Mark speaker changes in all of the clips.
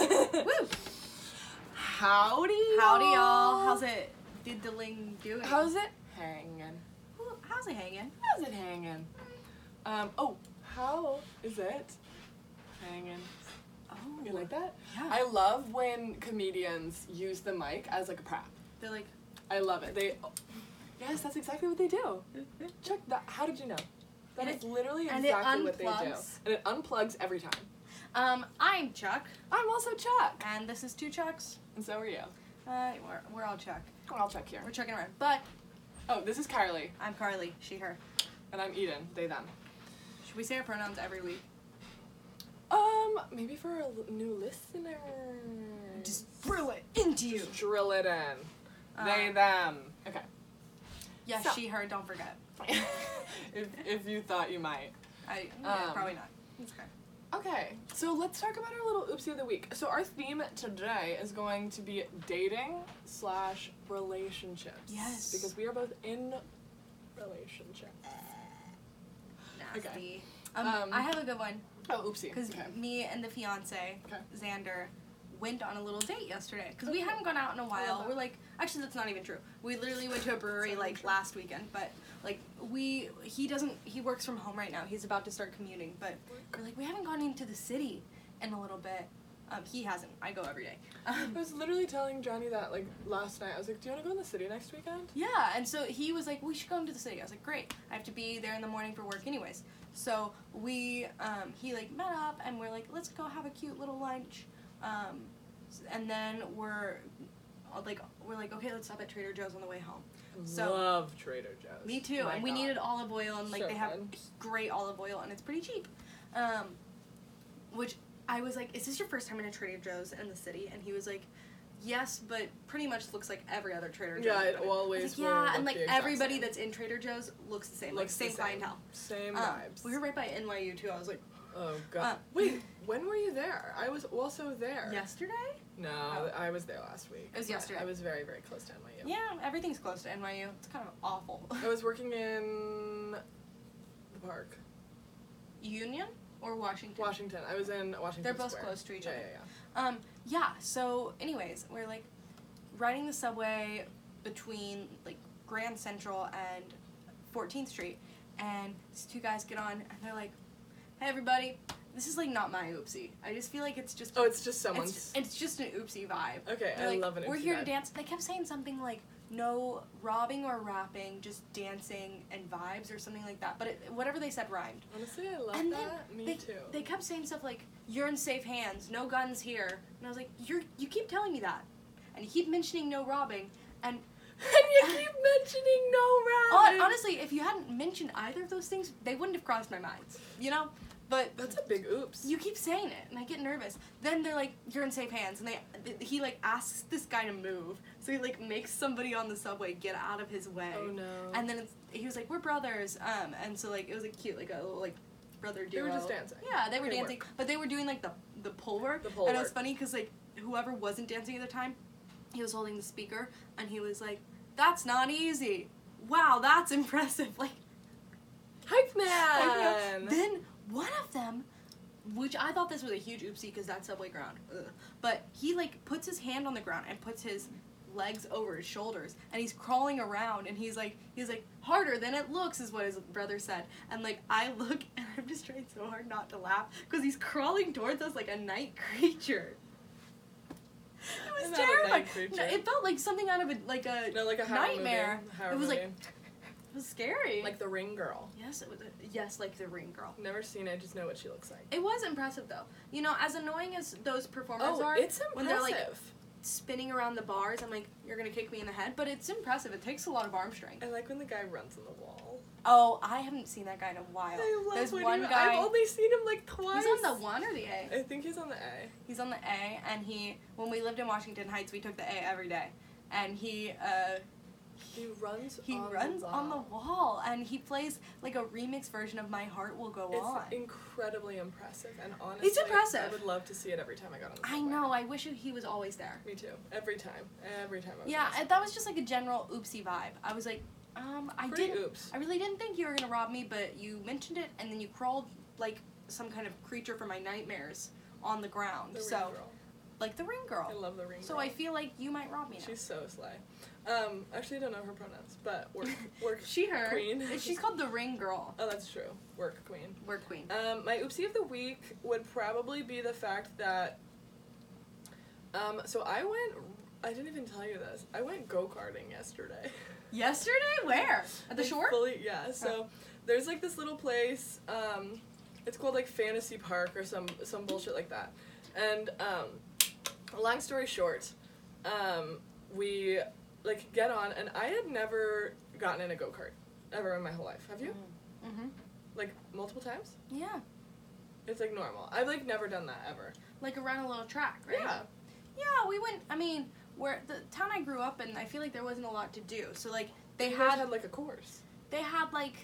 Speaker 1: Howdy.
Speaker 2: Howdy, y'all. How's it diddling doing?
Speaker 1: How's it hanging?
Speaker 2: Ooh, how's it hanging?
Speaker 1: How's it hanging? Um. Oh, how is it hanging?
Speaker 2: Oh,
Speaker 1: You like that?
Speaker 2: Yeah.
Speaker 1: I love when comedians use the mic as like a prop.
Speaker 2: They're like,
Speaker 1: I love it. They. oh, yes, that's exactly what they do. Check that. How did you know? That
Speaker 2: And
Speaker 1: is literally
Speaker 2: and it
Speaker 1: exactly what they do.
Speaker 2: unplugs.
Speaker 1: And it unplugs every time.
Speaker 2: um, I'm Chuck,
Speaker 1: I'm also Chuck.
Speaker 2: and this is Two Chucks.
Speaker 1: And so are you.
Speaker 2: Uh, we're, we're all Chuck.
Speaker 1: Well, I'll check here.
Speaker 2: We're chucking around. But
Speaker 1: Oh, this is Carly.
Speaker 2: I'm Carly, she, her.
Speaker 1: And I'm Eden. They, them.
Speaker 2: Should we say our pronouns every week?
Speaker 1: Um, maybe for a l- new listener.
Speaker 2: Just throw it into you.
Speaker 1: Just drill it in. they,
Speaker 2: Um,
Speaker 1: them. Okay.
Speaker 2: Yeah,
Speaker 1: So-
Speaker 2: she, her, don't forget.
Speaker 1: if, if you thought you might.
Speaker 2: I, yeah,
Speaker 1: Um,
Speaker 2: probably not. It's okay.
Speaker 1: Okay, so let's talk about our little oopsie of the week. So our theme today is going to be dating slash relationships.
Speaker 2: Yes.
Speaker 1: Because we are both in relationships.
Speaker 2: Nasty.
Speaker 1: okay.
Speaker 2: Um,
Speaker 1: Um,
Speaker 2: I have a good one.
Speaker 1: Oh, oopsie.
Speaker 2: Because
Speaker 1: Okay.
Speaker 2: me and the fiance,
Speaker 1: Okay.
Speaker 2: Xander, went on a little date yesterday. Because we hadn't gone out in a
Speaker 1: that.
Speaker 2: while. We're like, actually, that's not even true. We literally went to a brewery
Speaker 1: not even
Speaker 2: like
Speaker 1: true.
Speaker 2: last weekend, but like we, he doesn't, he works from home right now. He's about to start commuting, but we're like, we haven't gone into the city in a little bit. Um, he hasn't. I go every day. Um,
Speaker 1: I was literally telling Johnny that like last night. I was like, "Do you want to go in the city next weekend?"
Speaker 2: Yeah, and so he was like, "We should go into the city." I was like, "Great, I have to be there in the morning for work, anyways." So we, um, he like met up, and we're like, "Let's go have a cute little lunch," um, s- and then we're uh, like, we're like, "Okay, let's stop at Trader Joe's on the way home." So-
Speaker 1: love Trader Joe's. Oh
Speaker 2: Me too,
Speaker 1: My
Speaker 2: and we
Speaker 1: God.
Speaker 2: needed olive oil, and like
Speaker 1: So
Speaker 2: they have
Speaker 1: good.
Speaker 2: great olive oil, and it's pretty cheap. Um, which I was like, "Is this your first time in a Trader Joe's in the city?" And he was like. Yes, but pretty much looks like every other Trader Joe's.
Speaker 1: Yeah,
Speaker 2: I've
Speaker 1: it
Speaker 2: been in." I
Speaker 1: always
Speaker 2: was
Speaker 1: will
Speaker 2: like, yeah,
Speaker 1: look
Speaker 2: and like
Speaker 1: the exact
Speaker 2: everybody
Speaker 1: same.
Speaker 2: that's in Trader Joe's looks the same,
Speaker 1: Looks the
Speaker 2: like same
Speaker 1: same.
Speaker 2: clientele.
Speaker 1: same
Speaker 2: Um,
Speaker 1: vibes.
Speaker 2: we were right by NYU too. I was like,
Speaker 1: oh God.
Speaker 2: uh,
Speaker 1: Wait, when were you there? I was also there.
Speaker 2: yesterday?
Speaker 1: No,
Speaker 2: Oh.
Speaker 1: I was there last week.
Speaker 2: It was
Speaker 1: but
Speaker 2: yesterday.
Speaker 1: I was very, very close to NYU.
Speaker 2: Yeah, everything's close to NYU. It's kind of awful.
Speaker 1: I was working in the park,
Speaker 2: Union or Washington?
Speaker 1: Washington. I was in Washington.
Speaker 2: They're both
Speaker 1: Square.
Speaker 2: close to each
Speaker 1: Yeah,
Speaker 2: other.
Speaker 1: yeah,
Speaker 2: Um, yeah, so anyways, we're like riding the subway between like Grand Central and 14th Street and these two guys get on and they're like, "Hey everybody, this is like not my oopsie. I just feel like it's just
Speaker 1: yeah. Oh, it's just someone's.
Speaker 2: it's, it's just an oopsie vibe."
Speaker 1: okay,
Speaker 2: They're
Speaker 1: I
Speaker 2: like,
Speaker 1: love an.
Speaker 2: We're
Speaker 1: oopsie
Speaker 2: here to
Speaker 1: vibe.
Speaker 2: dance. They kept saying something like no robbing or rapping, just dancing and vibes or something like that. But it, whatever they said rhymed.
Speaker 1: Honestly, I love
Speaker 2: And then
Speaker 1: that. Me
Speaker 2: they,
Speaker 1: too.
Speaker 2: They kept saying stuff like "You're in safe hands. No guns here." And I was like, "You're you keep telling me that, and you keep mentioning no robbing." And
Speaker 1: and you keep mentioning no
Speaker 2: hon-
Speaker 1: round.
Speaker 2: Oh, honestly, if you hadn't mentioned either of those things, they wouldn't have crossed my mind. You know, but
Speaker 1: That's a big oops.
Speaker 2: you keep saying it, and I get nervous. Then they're like, "You're in safe hands," and they th- he like asks this guy to move, so he like makes somebody on the subway get out of his way.
Speaker 1: oh no.
Speaker 2: And then it's, he was like, "We're brothers," um, and so like it was like cute, like a little like brother
Speaker 1: They
Speaker 2: duo.
Speaker 1: were just dancing.
Speaker 2: Yeah, they were
Speaker 1: They
Speaker 2: dancing, but they were doing like the the pole work.
Speaker 1: The pole
Speaker 2: and it was
Speaker 1: work.
Speaker 2: funny because like whoever wasn't dancing at the time, he was holding the speaker and he was like, "That's not easy. Wow, that's impressive." Like,
Speaker 1: Hype
Speaker 2: like, you know,
Speaker 1: man.
Speaker 2: then one of them, which I thought this was a huge oopsie because that subway ground, ugh, but he like puts his hand on the ground and puts his legs over his shoulders and he's crawling around and he's like he's like harder than it looks is what his brother said and like I look and I'm just trying so hard not to laugh because he's crawling towards us like a night creature. It was
Speaker 1: Not a night
Speaker 2: terrifying. No,
Speaker 1: creature.
Speaker 2: it felt like something out of a like a
Speaker 1: no, like a horror
Speaker 2: nightmare.
Speaker 1: Movie. Horror
Speaker 2: It was like
Speaker 1: movie.
Speaker 2: it was scary.
Speaker 1: like the Ring Girl.
Speaker 2: yes, it was yes, like the ring girl.
Speaker 1: Never seen. it, I just know what she looks like.
Speaker 2: It was impressive though. You know, as annoying as those performers
Speaker 1: Oh,
Speaker 2: are,
Speaker 1: it's
Speaker 2: when they're, like,
Speaker 1: impressive.
Speaker 2: spinning around the bars, I'm like, you're gonna kick me in the head. But it's impressive. It takes a lot of arm strength.
Speaker 1: I like when the guy runs on the wall.
Speaker 2: Oh, I haven't seen that guy in a while.
Speaker 1: I love
Speaker 2: There's
Speaker 1: when
Speaker 2: one
Speaker 1: he-
Speaker 2: guy.
Speaker 1: I've only seen him like twice.
Speaker 2: He's on the one or the A.
Speaker 1: I think he's on the A.
Speaker 2: He's on the A, and he. When we lived in Washington Heights, we took the A every day, and he. uh
Speaker 1: He runs.
Speaker 2: he
Speaker 1: on the
Speaker 2: runs
Speaker 1: wall.
Speaker 2: on the wall and he plays like a remix version of My Heart Will Go
Speaker 1: It's
Speaker 2: On.
Speaker 1: incredibly impressive, and honestly, I
Speaker 2: impressive.
Speaker 1: would love to see it every time I got on the
Speaker 2: I
Speaker 1: subway.
Speaker 2: know, I wish he was always there.
Speaker 1: Me too. Every time. Every time. I was
Speaker 2: Yeah,
Speaker 1: on the
Speaker 2: and that was just like a general oopsie vibe. I was like, um, I
Speaker 1: Pretty
Speaker 2: didn't,
Speaker 1: oops.
Speaker 2: I really didn't think you were gonna rob me, but you mentioned it, and then you crawled like some kind of creature from my nightmares on the ground.
Speaker 1: subway. The
Speaker 2: so
Speaker 1: Ring Girl.
Speaker 2: like the ring
Speaker 1: I
Speaker 2: girl.
Speaker 1: love the ring.
Speaker 2: So
Speaker 1: girl.
Speaker 2: I feel like you might rob me. now.
Speaker 1: She's so sly. Um, actually, I don't know her pronouns, but work, work.
Speaker 2: she her.
Speaker 1: queen.
Speaker 2: She's called the ring girl.
Speaker 1: oh, that's true. Work queen.
Speaker 2: We're queen.
Speaker 1: Um, my oopsie of the week would probably be the fact that. Um, so I went. I didn't even tell you this. I went go karting yesterday.
Speaker 2: Yesterday, where at the
Speaker 1: Like,
Speaker 2: shore? Oh.
Speaker 1: Fully, yeah. So there's like this little place. Um, it's called like Fantasy Park or some some bullshit like that. And um, long story short, um, we like get on, and I had never gotten in a go kart ever in my whole life. Have you?
Speaker 2: Mm-hmm.
Speaker 1: Like multiple times?
Speaker 2: Yeah,
Speaker 1: It's like normal. I've like never done that ever.
Speaker 2: like around a little track, right?
Speaker 1: Yeah.
Speaker 2: Yeah, we went. I mean, where the town I grew up in, I feel like there wasn't a lot to do. So like they
Speaker 1: You guys
Speaker 2: had
Speaker 1: like a course.
Speaker 2: they had like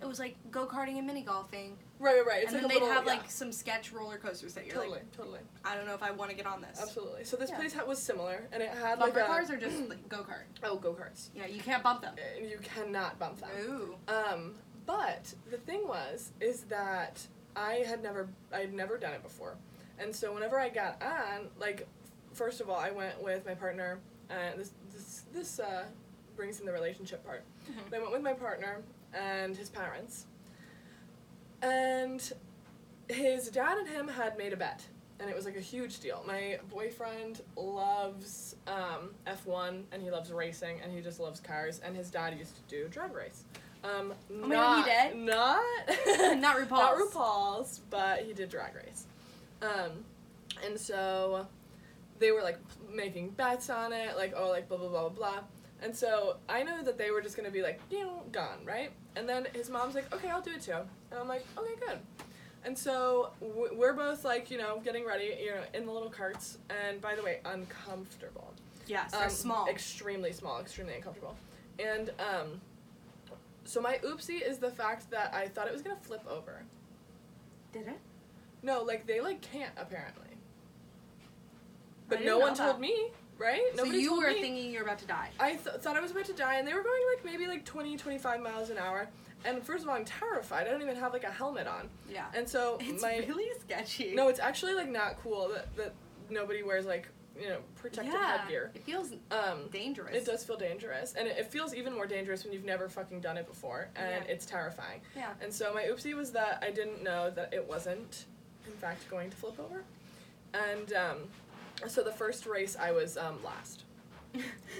Speaker 2: it was like go karting and mini golfing,
Speaker 1: Right, right, right. It's
Speaker 2: and then
Speaker 1: like
Speaker 2: they'd
Speaker 1: a little,
Speaker 2: have
Speaker 1: yeah.
Speaker 2: like some sketch roller coasters that you're
Speaker 1: totally,
Speaker 2: like,
Speaker 1: totally,
Speaker 2: I don't know if I want to get on this.
Speaker 1: absolutely. So this
Speaker 2: Yeah.
Speaker 1: place ha- was similar, and it had
Speaker 2: Bumper
Speaker 1: like a
Speaker 2: cars are just like go kart.
Speaker 1: oh go karts.
Speaker 2: Yeah, you can't bump them.
Speaker 1: And you cannot bump them.
Speaker 2: Ooh.
Speaker 1: Um, but the thing was, is that I had never, I had never done it before, and so whenever I got on, like, first of all, I went with my partner, and this, this, this uh, brings in the relationship part.
Speaker 2: Mhm.
Speaker 1: I went with my partner and his parents, and his dad and him had made a bet, and it was like a huge deal. My boyfriend loves um, F1, and he loves racing, and he just loves cars, and his dad used to do drag race. Um,
Speaker 2: Oh my God,
Speaker 1: not,
Speaker 2: he did?
Speaker 1: Not,
Speaker 2: Not RuPaul's.
Speaker 1: Not RuPaul's, but he did drag race. Um, and so they were like p- making bets on it, like, oh, like, blah, blah, blah, blah, blah. And so I know that they were just gonna be like, you know, gone, right? And then his mom's like, okay, I'll do it too. And I'm like, okay, good. And so w- we're both like, you know, getting ready, you know, in the little carts. And by the way, uncomfortable.
Speaker 2: Yes, they're
Speaker 1: Um,
Speaker 2: small.
Speaker 1: Extremely small, extremely uncomfortable. And um, so my oopsie is the fact that I thought it was gonna flip over.
Speaker 2: Did it?
Speaker 1: No, like they like can't apparently. But
Speaker 2: didn't
Speaker 1: no one
Speaker 2: know
Speaker 1: told
Speaker 2: that.
Speaker 1: me, right?
Speaker 2: So
Speaker 1: Nobody
Speaker 2: you
Speaker 1: told
Speaker 2: were
Speaker 1: me.
Speaker 2: thinking you were about to die.
Speaker 1: I th- thought I was about to die, and they were going like maybe like 20, 25 miles an hour. And first of all, I'm terrified. I don't even have like a helmet on.
Speaker 2: Yeah.
Speaker 1: And so
Speaker 2: It's
Speaker 1: my
Speaker 2: really sketchy.
Speaker 1: no, it's actually like not cool that that nobody wears like you know protective
Speaker 2: yeah.
Speaker 1: headgear.
Speaker 2: It feels
Speaker 1: Um,
Speaker 2: dangerous.
Speaker 1: it does feel dangerous, and it, it feels even more dangerous when you've never fucking done it before, and
Speaker 2: Yeah.
Speaker 1: it's terrifying.
Speaker 2: Yeah.
Speaker 1: And so my oopsie was that I didn't know that it wasn't, in fact, going to flip over. And um, so the first race I was um, last.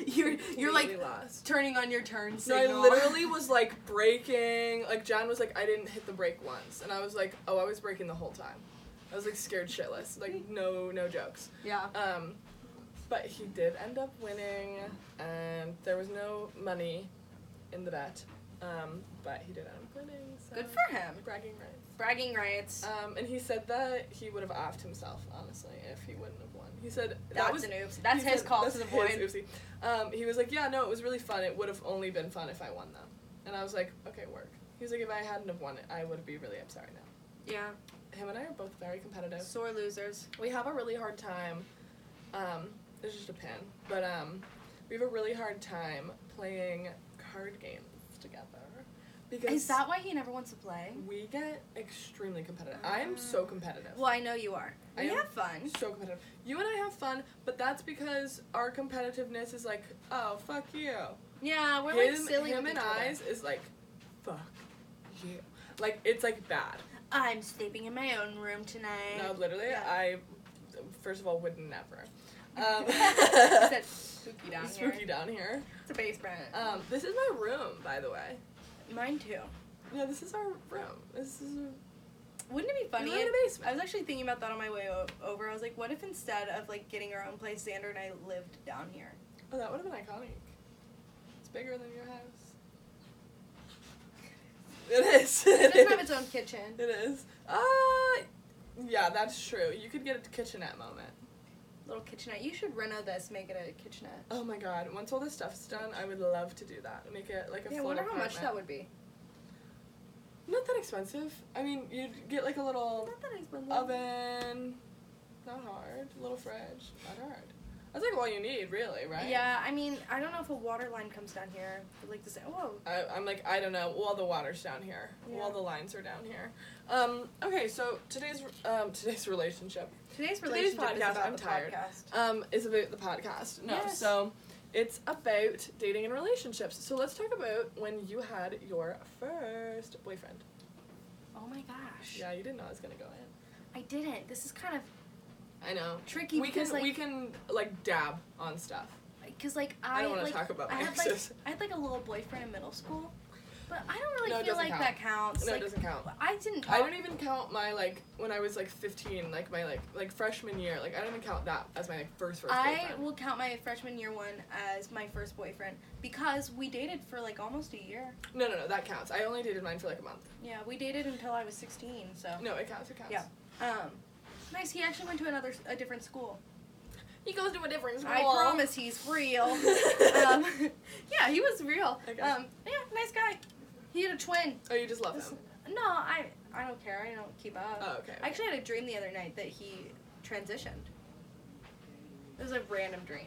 Speaker 2: you're you're like
Speaker 1: Completely last.
Speaker 2: turning on your turn
Speaker 1: No, I
Speaker 2: signal.
Speaker 1: literally was like braking. Like John was like, I didn't hit the brake once, and I was like, oh, I was braking the whole time. I was like scared shitless. Like no, no jokes.
Speaker 2: yeah.
Speaker 1: Um, but he did end up winning, and there was no money in the bet. Um, but he did end up winning. So
Speaker 2: Good for him.
Speaker 1: Bragging rights.
Speaker 2: Bragging rights.
Speaker 1: Um, and he said that he would have offed himself, honestly, if he wouldn't have won. He said that
Speaker 2: that's
Speaker 1: was
Speaker 2: an oops. That's
Speaker 1: he
Speaker 2: his
Speaker 1: said-
Speaker 2: call
Speaker 1: that's
Speaker 2: to the
Speaker 1: his
Speaker 2: void.
Speaker 1: oopsie. Um, he was like, yeah, no, it was really fun. It would have only been fun if I won them. And I was like, okay, work. He was like, if I hadn't have won it, I would be really upset right now.
Speaker 2: Yeah.
Speaker 1: Him and I are both very competitive.
Speaker 2: Sore losers.
Speaker 1: We have a really hard time. Um, it's just a pin, but um, we have a really hard time playing card games together because
Speaker 2: Is that why he never wants to play?
Speaker 1: we get extremely competitive. I am so competitive.
Speaker 2: Mm-hmm. Well, I know you are.
Speaker 1: I
Speaker 2: We
Speaker 1: am-
Speaker 2: have fun.
Speaker 1: so competitive. You and I have fun, but that's because our competitiveness is like, oh fuck you.
Speaker 2: Yeah, we're
Speaker 1: him,
Speaker 2: like silly
Speaker 1: him
Speaker 2: with
Speaker 1: and
Speaker 2: each other.
Speaker 1: I's is like, fuck you. Like it's like bad.
Speaker 2: I'm sleeping in my own room tonight.
Speaker 1: No, literally,
Speaker 2: Yeah.
Speaker 1: I first of all would never. Um,
Speaker 2: Said spooky down here.
Speaker 1: spooky down here.
Speaker 2: It's a basement.
Speaker 1: Um, this is my room, by the way.
Speaker 2: Mine too.
Speaker 1: No, this is our room. This is
Speaker 2: Wouldn't it be funny?
Speaker 1: funny. We're in a
Speaker 2: if-
Speaker 1: basement.
Speaker 2: I was actually thinking about that on my way o- over. I was like, what if instead of like getting our own place, Xander and I lived down here?
Speaker 1: Oh, that would have been iconic. It's bigger than your house. It is.
Speaker 2: It doesn't have its own kitchen.
Speaker 1: It is. Uh, yeah, that's true. You could get a kitchenette moment.
Speaker 2: Little kitchenette. You should reno this, make it a kitchenette.
Speaker 1: Oh my god, once all this stuff's done, I would love to do that. Make it like a
Speaker 2: Yeah, I
Speaker 1: full
Speaker 2: wonder how much that
Speaker 1: apartment.
Speaker 2: would be.
Speaker 1: Not that expensive. I mean, you'd get like a little
Speaker 2: Not that expensive.
Speaker 1: oven. Not hard. Little fridge. Not hard. That's like all you need, really, right?
Speaker 2: Yeah, I mean, I don't know if a water line comes down here. But like this, whoa.
Speaker 1: I, I'm like, I don't know. Well, the water's down here. Well,
Speaker 2: Yeah.
Speaker 1: the lines are down here. Um, okay, so today's um, today's relationship
Speaker 2: Today's
Speaker 1: Today's
Speaker 2: relationship is
Speaker 1: podcast,
Speaker 2: about
Speaker 1: I'm
Speaker 2: the
Speaker 1: tired.
Speaker 2: podcast.
Speaker 1: um, is about the podcast. No,
Speaker 2: Yes.
Speaker 1: so it's about dating and relationships. So let's talk about when you had your first boyfriend.
Speaker 2: Oh my gosh.
Speaker 1: Yeah, you didn't know I was gonna go in.
Speaker 2: I didn't. This is kind of
Speaker 1: I know.
Speaker 2: tricky
Speaker 1: we
Speaker 2: because
Speaker 1: can we
Speaker 2: like
Speaker 1: can like dab on stuff.
Speaker 2: because like
Speaker 1: I,
Speaker 2: I,
Speaker 1: don't want to
Speaker 2: like,
Speaker 1: talk about
Speaker 2: I
Speaker 1: my
Speaker 2: had like
Speaker 1: exes.
Speaker 2: I had like a little boyfriend in middle school, but I don't really
Speaker 1: No, it
Speaker 2: feel like
Speaker 1: doesn't
Speaker 2: that counts.
Speaker 1: no,
Speaker 2: like,
Speaker 1: it doesn't count.
Speaker 2: I didn't.
Speaker 1: I
Speaker 2: talk-
Speaker 1: don't even count my like when I was like 15, like my like like freshman year. Like I don't even count that as my like first first
Speaker 2: I
Speaker 1: boyfriend.
Speaker 2: will count my freshman year one as my first boyfriend because we dated for like almost a year.
Speaker 1: No, no, no, that counts. I only dated mine for like a month.
Speaker 2: Yeah, we dated until I was 16. So
Speaker 1: No, it counts. It counts.
Speaker 2: Yeah. um, nice. He actually went to another a different school.
Speaker 1: He goes to a different
Speaker 2: I promise he's real. um, yeah, he was real.
Speaker 1: Okay.
Speaker 2: Um, yeah, nice guy. He had a twin.
Speaker 1: oh, you just love
Speaker 2: This-
Speaker 1: him.
Speaker 2: No, I I don't care. I don't keep up.
Speaker 1: Oh, okay.
Speaker 2: I actually had a dream the other night that he transitioned. It was a random dream.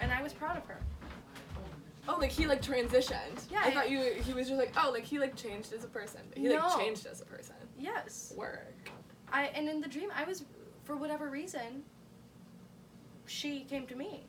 Speaker 2: And I was proud of her.
Speaker 1: Oh, like he like transitioned.
Speaker 2: Yeah,
Speaker 1: I
Speaker 2: I-
Speaker 1: thought you. He was just like oh, like he like changed as a person. But he
Speaker 2: No.
Speaker 1: like changed as a person.
Speaker 2: Yes.
Speaker 1: Work.
Speaker 2: I and in the dream I was for whatever reason she came to me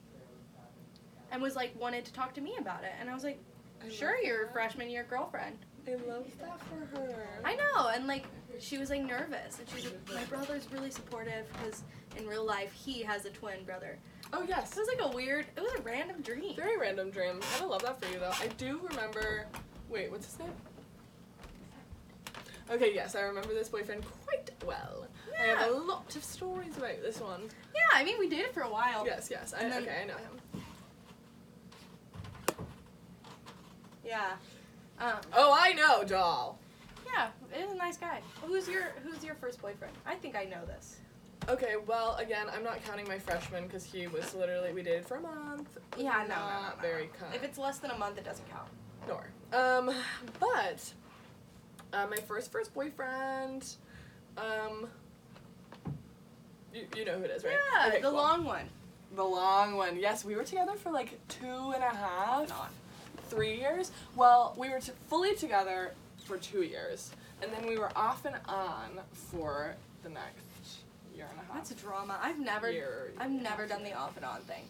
Speaker 2: and was like wanted to talk to me about it and I was like
Speaker 1: I
Speaker 2: sure
Speaker 1: love
Speaker 2: you're a
Speaker 1: that.
Speaker 2: freshman year girlfriend.
Speaker 1: I love that for her.
Speaker 2: I know and like she was like nervous and she's like my brother's really supportive cuz in real life he has a twin brother.
Speaker 1: oh
Speaker 2: It
Speaker 1: yes.
Speaker 2: was like a weird it was a random dream.
Speaker 1: Very random dream. Kind of love that for you though. I do remember. Wait, what's his name? Okay, yes, I remember this boyfriend quite well. I have a
Speaker 2: Yeah.
Speaker 1: lot of stories about this one.
Speaker 2: Yeah, I mean we dated for a while.
Speaker 1: Yes, yes. I,
Speaker 2: Oh. And then-
Speaker 1: okay, I know him.
Speaker 2: Yeah. Um,
Speaker 1: Oh, I know, doll.
Speaker 2: yeah, it was a nice guy. Who's your Who's your first boyfriend? I think I know this.
Speaker 1: Okay, well, again, I'm not counting my freshman because he was literally we dated for a month.
Speaker 2: Yeah, no, no, no,
Speaker 1: not
Speaker 2: no.
Speaker 1: very kind.
Speaker 2: If it's less than a month, it doesn't count.
Speaker 1: Nor. Um, but uh, my first first boyfriend, um, you, you know who it is, right?
Speaker 2: Yeah,
Speaker 1: Okay,
Speaker 2: the
Speaker 1: cool.
Speaker 2: long one.
Speaker 1: the long one. Yes, we were together for like two and a half,
Speaker 2: Not.
Speaker 1: three years. Well, we were t- fully together for two years, and then we were off and on for the next year and a half.
Speaker 2: That's a drama. I've never,
Speaker 1: Year,
Speaker 2: I've
Speaker 1: year and a
Speaker 2: never
Speaker 1: half,
Speaker 2: done the
Speaker 1: yeah.
Speaker 2: off and on thing.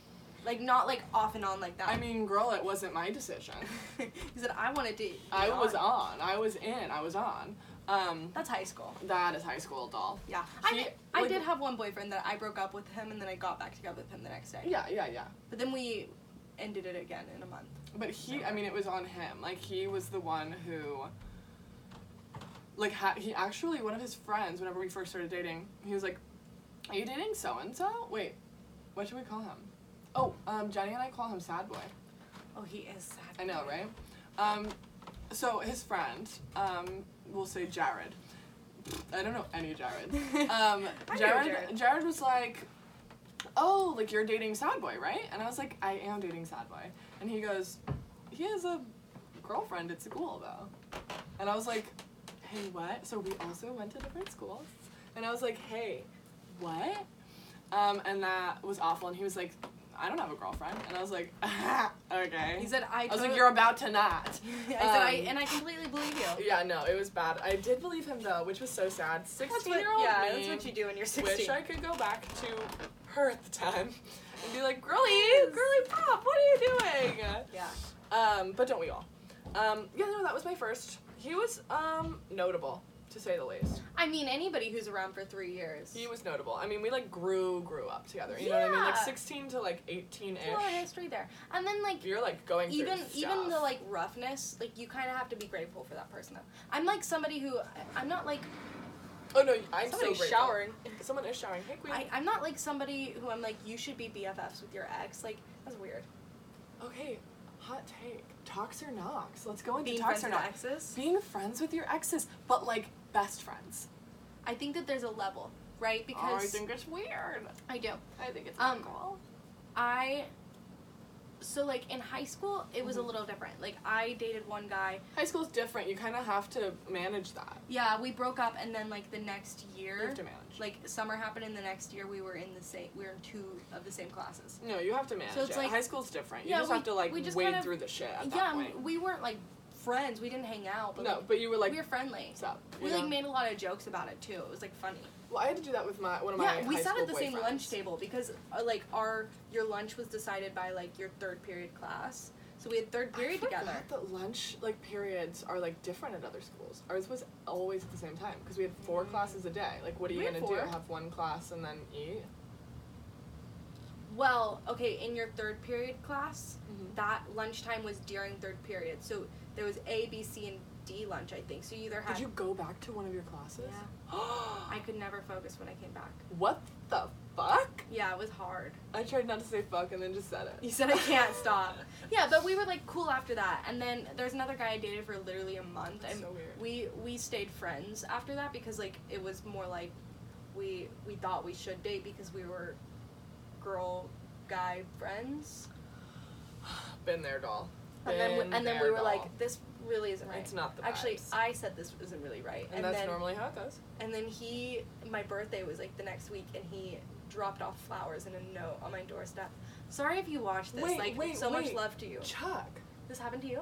Speaker 2: Like not like off and on like that.
Speaker 1: I mean, girl, it wasn't my decision.
Speaker 2: he said I want to date.
Speaker 1: I
Speaker 2: Jan."
Speaker 1: was on. I was in. I was on. Um,
Speaker 2: That's high school.
Speaker 1: that is high school doll.
Speaker 2: Yeah, I
Speaker 1: He-
Speaker 2: did, I
Speaker 1: like-
Speaker 2: did have one boyfriend that I broke up with him and then I got back together with him the next day.
Speaker 1: Yeah, yeah, yeah.
Speaker 2: But then we ended it again in a month.
Speaker 1: But he, I mean, it was on him. Like he was the one who, like, ha- he actually one of his friends. Whenever we first started dating, he was like, "Are you dating so and so?" Wait, what should we call him? Oh, um, Jenny and I call him Sad Boy.
Speaker 2: Oh, he is sad.
Speaker 1: I know, right? Um, so his friend, um, we'll say Jared. I don't know any Jared. Um,
Speaker 2: I know
Speaker 1: Jared,
Speaker 2: Jared.
Speaker 1: Jared was like, "Oh, like you're dating Sad Boy, right?" And I was like, "I am dating Sad Boy," and he goes, "He has a girlfriend at school though," and I was like, "Hey, what?" So we also went to different schools, and I was like, "Hey, what?" Um, and that was awful. And he was like, "I don't have a girlfriend," and I was like, "Okay."
Speaker 2: He said I.
Speaker 1: I was like,
Speaker 2: tot-
Speaker 1: you're about to not.
Speaker 2: I said I,
Speaker 1: um,
Speaker 2: and I completely believe you.
Speaker 1: Yeah, no, it was bad. I did believe him though, which was so sad.
Speaker 2: That's
Speaker 1: Sixteen
Speaker 2: what,
Speaker 1: year old
Speaker 2: yeah,
Speaker 1: me.
Speaker 2: that's what you do when you're 16.
Speaker 1: Wish I could go back to her at the time and be like, girly,
Speaker 2: Yes.
Speaker 1: girly pop, what are you doing?
Speaker 2: yeah.
Speaker 1: Um, but don't we all? Um, yeah, no, that was my first. He was um notable to say the least.
Speaker 2: I mean, anybody who's around for three years.
Speaker 1: He was notable. I mean, we like grew, grew up together. You know what I mean? Like
Speaker 2: Yeah.
Speaker 1: sixteen to like eighteen
Speaker 2: There's a lot of
Speaker 1: ish.
Speaker 2: history there, and then like
Speaker 1: You're like going through
Speaker 2: even even the
Speaker 1: stuff.
Speaker 2: like roughness, like you kind of have to be grateful for that person. Though I'm like somebody who I- I'm not like
Speaker 1: oh no, I'm so
Speaker 2: Somebody's
Speaker 1: grateful.
Speaker 2: showering.
Speaker 1: Someone is showering. Hey, queen.
Speaker 2: I, I'm not like somebody who I'm like you should be BFFs with your ex. Like that's weird.
Speaker 1: Okay, hot take. Talks or knocks? Let's go into
Speaker 2: Being
Speaker 1: talks
Speaker 2: friends
Speaker 1: or
Speaker 2: with
Speaker 1: knocks.
Speaker 2: exes,
Speaker 1: Being friends with your exes, but like best friends.
Speaker 2: I think that there's a level, right?
Speaker 1: Oh,
Speaker 2: Because Um,
Speaker 1: it's weird.
Speaker 2: I do.
Speaker 1: I think it's
Speaker 2: Um,
Speaker 1: cool.
Speaker 2: I so like in high school, it
Speaker 1: Mm-hmm.
Speaker 2: was a little different. Like I dated one guy.
Speaker 1: High school's different. You kind of have to manage that.
Speaker 2: Yeah, we broke up, and then like the next year,
Speaker 1: You have to manage.
Speaker 2: like summer happened, and the next year we were in the same. We were in two of the same classes.
Speaker 1: No, you have to manage
Speaker 2: it's
Speaker 1: it.
Speaker 2: like-
Speaker 1: High school's different. You
Speaker 2: Yeah,
Speaker 1: just
Speaker 2: we-
Speaker 1: have to like
Speaker 2: we just
Speaker 1: wade
Speaker 2: kind of-
Speaker 1: through the shit at
Speaker 2: yeah,
Speaker 1: that
Speaker 2: and
Speaker 1: point.
Speaker 2: we weren't like friends. We didn't hang out, but
Speaker 1: no,
Speaker 2: like,
Speaker 1: but you were like,
Speaker 2: we were friendly.
Speaker 1: what's up? You
Speaker 2: We like
Speaker 1: know?
Speaker 2: made a lot of jokes about it too. It was like funny.
Speaker 1: well, I had to do that with my one of my.
Speaker 2: yeah, we
Speaker 1: high
Speaker 2: sat
Speaker 1: school
Speaker 2: at the same
Speaker 1: boyfriends.
Speaker 2: lunch table because uh, like our your lunch was decided by like your third period class. So we had third
Speaker 1: I
Speaker 2: period
Speaker 1: forgot
Speaker 2: together.
Speaker 1: That lunch like periods are like different at other schools. Ours was always at the same time because we had four classes a day. Like, what are you
Speaker 2: Mm. We had
Speaker 1: gonna
Speaker 2: four.
Speaker 1: do? Have one class and then eat?
Speaker 2: Well, okay, in your third period class,
Speaker 1: Mhm.
Speaker 2: that lunchtime was during third period. So there was A, B, C, and D lunch, I think. So you either had
Speaker 1: Did you go back to one of your classes?
Speaker 2: Yeah. I
Speaker 1: I,
Speaker 2: could never focus when I came back.
Speaker 1: what the fuck?
Speaker 2: Yeah, it was hard.
Speaker 1: I tried not to say fuck and then just said it.
Speaker 2: You said I can't stop. Yeah, but we were like cool after that. And then there's another guy I dated for literally a month.
Speaker 1: That's
Speaker 2: and
Speaker 1: so weird.
Speaker 2: we we stayed friends after that because like it was more like we we thought we should date because we were girl guy friends.
Speaker 1: Been there, doll.
Speaker 2: And then we,
Speaker 1: Been
Speaker 2: and then
Speaker 1: there,
Speaker 2: we were
Speaker 1: doll.
Speaker 2: like this really isn't right.
Speaker 1: It's not the
Speaker 2: Actually,
Speaker 1: vibes.
Speaker 2: I said this isn't really right.
Speaker 1: and, that's
Speaker 2: then
Speaker 1: normally how it goes.
Speaker 2: and then he my birthday was like the next week and he dropped off flowers and a note on my doorstep. Sorry if you watched this.
Speaker 1: Wait,
Speaker 2: like
Speaker 1: wait,
Speaker 2: so much
Speaker 1: wait.
Speaker 2: love to you.
Speaker 1: Chuck,
Speaker 2: This happened to you?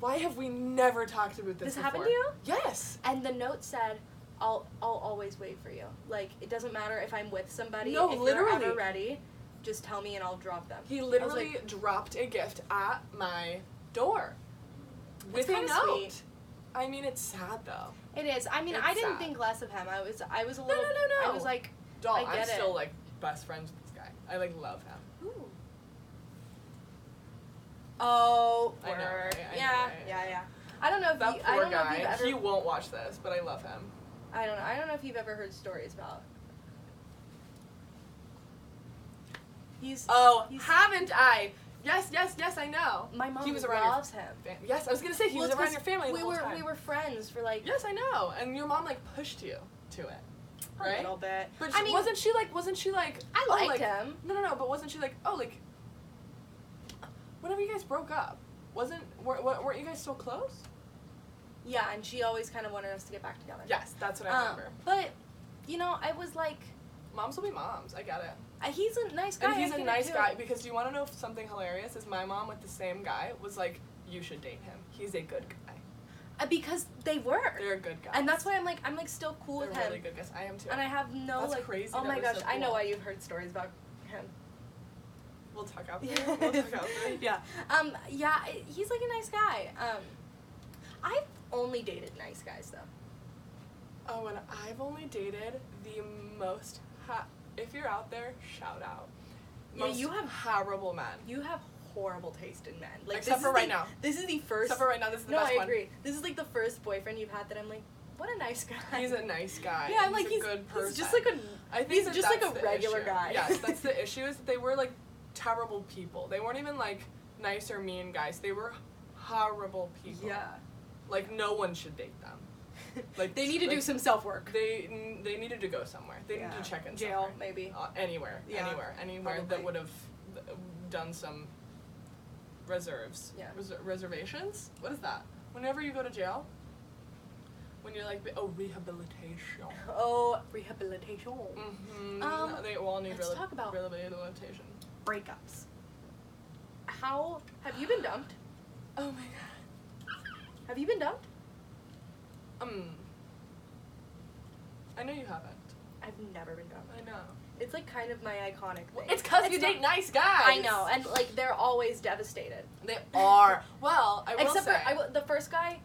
Speaker 1: why have we never talked about this?
Speaker 2: This happened to
Speaker 1: before?
Speaker 2: you?
Speaker 1: Yes.
Speaker 2: And the note said, "I'll I'll always wait for you. Like it doesn't matter if I'm with somebody.
Speaker 1: No,
Speaker 2: if
Speaker 1: literally.
Speaker 2: You're ever ready, just tell me and I'll drop them."
Speaker 1: He
Speaker 2: I was
Speaker 1: literally
Speaker 2: like,
Speaker 1: dropped a gift at my door with a
Speaker 2: kinda
Speaker 1: note.
Speaker 2: sweet.
Speaker 1: I mean, it's sad though.
Speaker 2: "It is. I mean,
Speaker 1: It's
Speaker 2: I didn't
Speaker 1: sad.
Speaker 2: think less of him. I was I was a little.
Speaker 1: no, no,
Speaker 2: I
Speaker 1: no.
Speaker 2: was like,
Speaker 1: Doll,
Speaker 2: I
Speaker 1: I'm
Speaker 2: get it.
Speaker 1: still like best friends with this guy. I like love him.
Speaker 2: ooh. Oh,
Speaker 1: I know,
Speaker 2: word.
Speaker 1: right? I know,
Speaker 2: yeah,
Speaker 1: right?
Speaker 2: yeah, yeah. I don't know if
Speaker 1: That
Speaker 2: you, I
Speaker 1: poor
Speaker 2: don't know if
Speaker 1: guy.
Speaker 2: you've ever.
Speaker 1: He won't watch this, but I love him.
Speaker 2: I don't know. I don't know if you've ever heard stories about. He's.
Speaker 1: Oh,
Speaker 2: He's-
Speaker 1: haven't I? Yes, yes, yes. I know.
Speaker 2: my mom
Speaker 1: he was around your-
Speaker 2: loves him.
Speaker 1: Fam- Yes, I was gonna say he
Speaker 2: Well,
Speaker 1: was
Speaker 2: it's
Speaker 1: around
Speaker 2: 'cause
Speaker 1: your family
Speaker 2: We
Speaker 1: the whole
Speaker 2: were
Speaker 1: time.
Speaker 2: we were friends for like
Speaker 1: Yes, I know. And your mom like pushed you to it,
Speaker 2: a
Speaker 1: right?
Speaker 2: little bit.
Speaker 1: But
Speaker 2: I
Speaker 1: she-
Speaker 2: mean,
Speaker 1: wasn't she like? Wasn't she like?
Speaker 2: I
Speaker 1: oh,
Speaker 2: liked
Speaker 1: like-
Speaker 2: him.
Speaker 1: No, no, no. But wasn't she like? Oh, like. Whenever you guys broke up, wasn't were, were- weren't you guys so close?
Speaker 2: Yeah, and she always kind of wanted us to get back together.
Speaker 1: Yes, that's what I
Speaker 2: Um,
Speaker 1: remember.
Speaker 2: but you know, I was like,
Speaker 1: Moms will be moms. I get it.
Speaker 2: uh, he's a nice guy.
Speaker 1: And
Speaker 2: I
Speaker 1: he's
Speaker 2: get
Speaker 1: a
Speaker 2: it,
Speaker 1: nice
Speaker 2: too.
Speaker 1: guy because do you want to know if something hilarious? Is my mom with the same guy was like, you should date him. He's a good guy.
Speaker 2: Uh, because they were,
Speaker 1: They're a good guy.
Speaker 2: and that's why I'm like, I'm like still cool
Speaker 1: They're
Speaker 2: with him,
Speaker 1: really good guys. I am too.
Speaker 2: and I have no
Speaker 1: That's
Speaker 2: like.
Speaker 1: crazy,
Speaker 2: Oh
Speaker 1: that
Speaker 2: my
Speaker 1: was
Speaker 2: gosh,
Speaker 1: so
Speaker 2: I know
Speaker 1: cool.
Speaker 2: why you've heard stories about him.
Speaker 1: we'll talk after. we'll talk after.
Speaker 2: yeah. Um. Yeah. I- He's like a nice guy. Um. I've only dated nice guys though.
Speaker 1: Oh, and I've only dated the most. Ha- if you're out there, shout out.
Speaker 2: Yeah, you have-
Speaker 1: horrible men.
Speaker 2: You have horrible taste in men. Like
Speaker 1: Except
Speaker 2: this
Speaker 1: for
Speaker 2: is
Speaker 1: right
Speaker 2: the-
Speaker 1: now.
Speaker 2: This is the first.
Speaker 1: Except for right now, this is the
Speaker 2: no,
Speaker 1: best
Speaker 2: I
Speaker 1: one.
Speaker 2: agree. This is like the first boyfriend you've had that I'm like, what a nice guy.
Speaker 1: He's a nice guy.
Speaker 2: yeah, I'm like
Speaker 1: a
Speaker 2: he's,
Speaker 1: good person.
Speaker 2: he's just like a.
Speaker 1: I think
Speaker 2: he's
Speaker 1: that
Speaker 2: just like
Speaker 1: that's
Speaker 2: a
Speaker 1: the
Speaker 2: regular
Speaker 1: issue.
Speaker 2: guy.
Speaker 1: Yes, that's the issue. Is that they were like terrible people. They weren't even like nice or mean guys. They were horrible people.
Speaker 2: yeah.
Speaker 1: Like no one should date them. Like,
Speaker 2: they need to do
Speaker 1: like-
Speaker 2: some self work.
Speaker 1: They n- they needed to go somewhere. They
Speaker 2: Yeah.
Speaker 1: need to check in
Speaker 2: jail
Speaker 1: somewhere.
Speaker 2: maybe.
Speaker 1: Uh, anywhere,
Speaker 2: Yeah,
Speaker 1: anywhere, anywhere
Speaker 2: probably.
Speaker 1: that would have done some reserves.
Speaker 2: Yeah.
Speaker 1: Reser- reservations? What is that? Whenever you go to jail, when you're like, oh, rehabilitation.
Speaker 2: Oh, rehabilitation.
Speaker 1: hmm
Speaker 2: Um,
Speaker 1: they all need
Speaker 2: let's
Speaker 1: rehab-
Speaker 2: talk about-
Speaker 1: rehabilitation.
Speaker 2: Breakups. How have you been dumped?
Speaker 1: Oh my god.
Speaker 2: Have you been dumped?
Speaker 1: Um. I know you haven't.
Speaker 2: I've never been dumped.
Speaker 1: I know.
Speaker 2: It's like kind of my iconic thing.
Speaker 1: it's because you
Speaker 2: not-
Speaker 1: date nice guys.
Speaker 2: I know, and like they're always devastated.
Speaker 1: They are. Well, I will
Speaker 2: Except
Speaker 1: say.
Speaker 2: for I w- the first guy,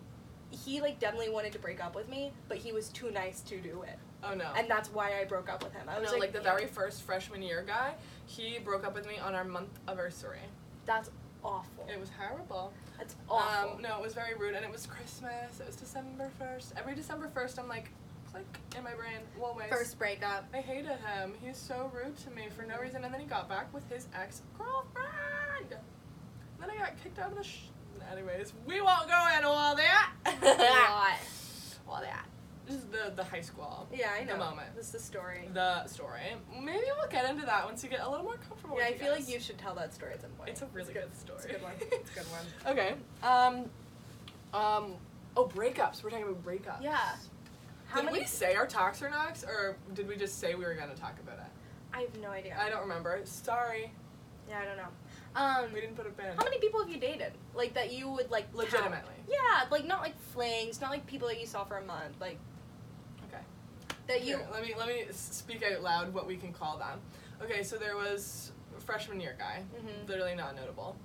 Speaker 2: he like definitely wanted to break up with me, but he was too nice to do it,
Speaker 1: oh no.
Speaker 2: and that's why I broke up with him. I
Speaker 1: I
Speaker 2: was
Speaker 1: know,
Speaker 2: like,
Speaker 1: like, the very first freshman year guy, he broke up with me on our month anniversary.
Speaker 2: that's awful.
Speaker 1: It was horrible.
Speaker 2: That's awful.
Speaker 1: Um, no, it was very rude, and it was Christmas. It was December first. Every December first, I'm like, click in my brain, always.
Speaker 2: first breakup.
Speaker 1: I hated him. He's so rude to me for no reason, and then he got back with his ex girlfriend. Then I got kicked out of the. Sh- Anyways, we won't go into all that.
Speaker 2: God.
Speaker 1: all that. Just the the high school.
Speaker 2: Yeah, I know.
Speaker 1: The moment.
Speaker 2: This is the story.
Speaker 1: The story. Maybe we'll get into that once you get a little more comfortable.
Speaker 2: yeah,
Speaker 1: with
Speaker 2: I feel
Speaker 1: guys.
Speaker 2: like you should tell that story at some point.
Speaker 1: It's a really good story.
Speaker 2: It's a good one. It's a good one.
Speaker 1: Okay. Um. Um. Oh, breakups. We're talking about breakups.
Speaker 2: Yeah. How
Speaker 1: did
Speaker 2: many?
Speaker 1: we say our talks or knocks, or did we just say we were gonna talk about it?
Speaker 2: I have no idea.
Speaker 1: I don't remember. Sorry,
Speaker 2: yeah, I don't know. Um,
Speaker 1: we didn't put a pin.
Speaker 2: how many people have you dated? Like that you would like count?
Speaker 1: Legitimately.
Speaker 2: Yeah, like not like flings, not like people that you saw for a month, like
Speaker 1: Okay.
Speaker 2: that you.
Speaker 1: Here, let me let me s- speak out loud what we can call them. Okay, so there was a freshman year guy,
Speaker 2: Mhm.
Speaker 1: literally not notable.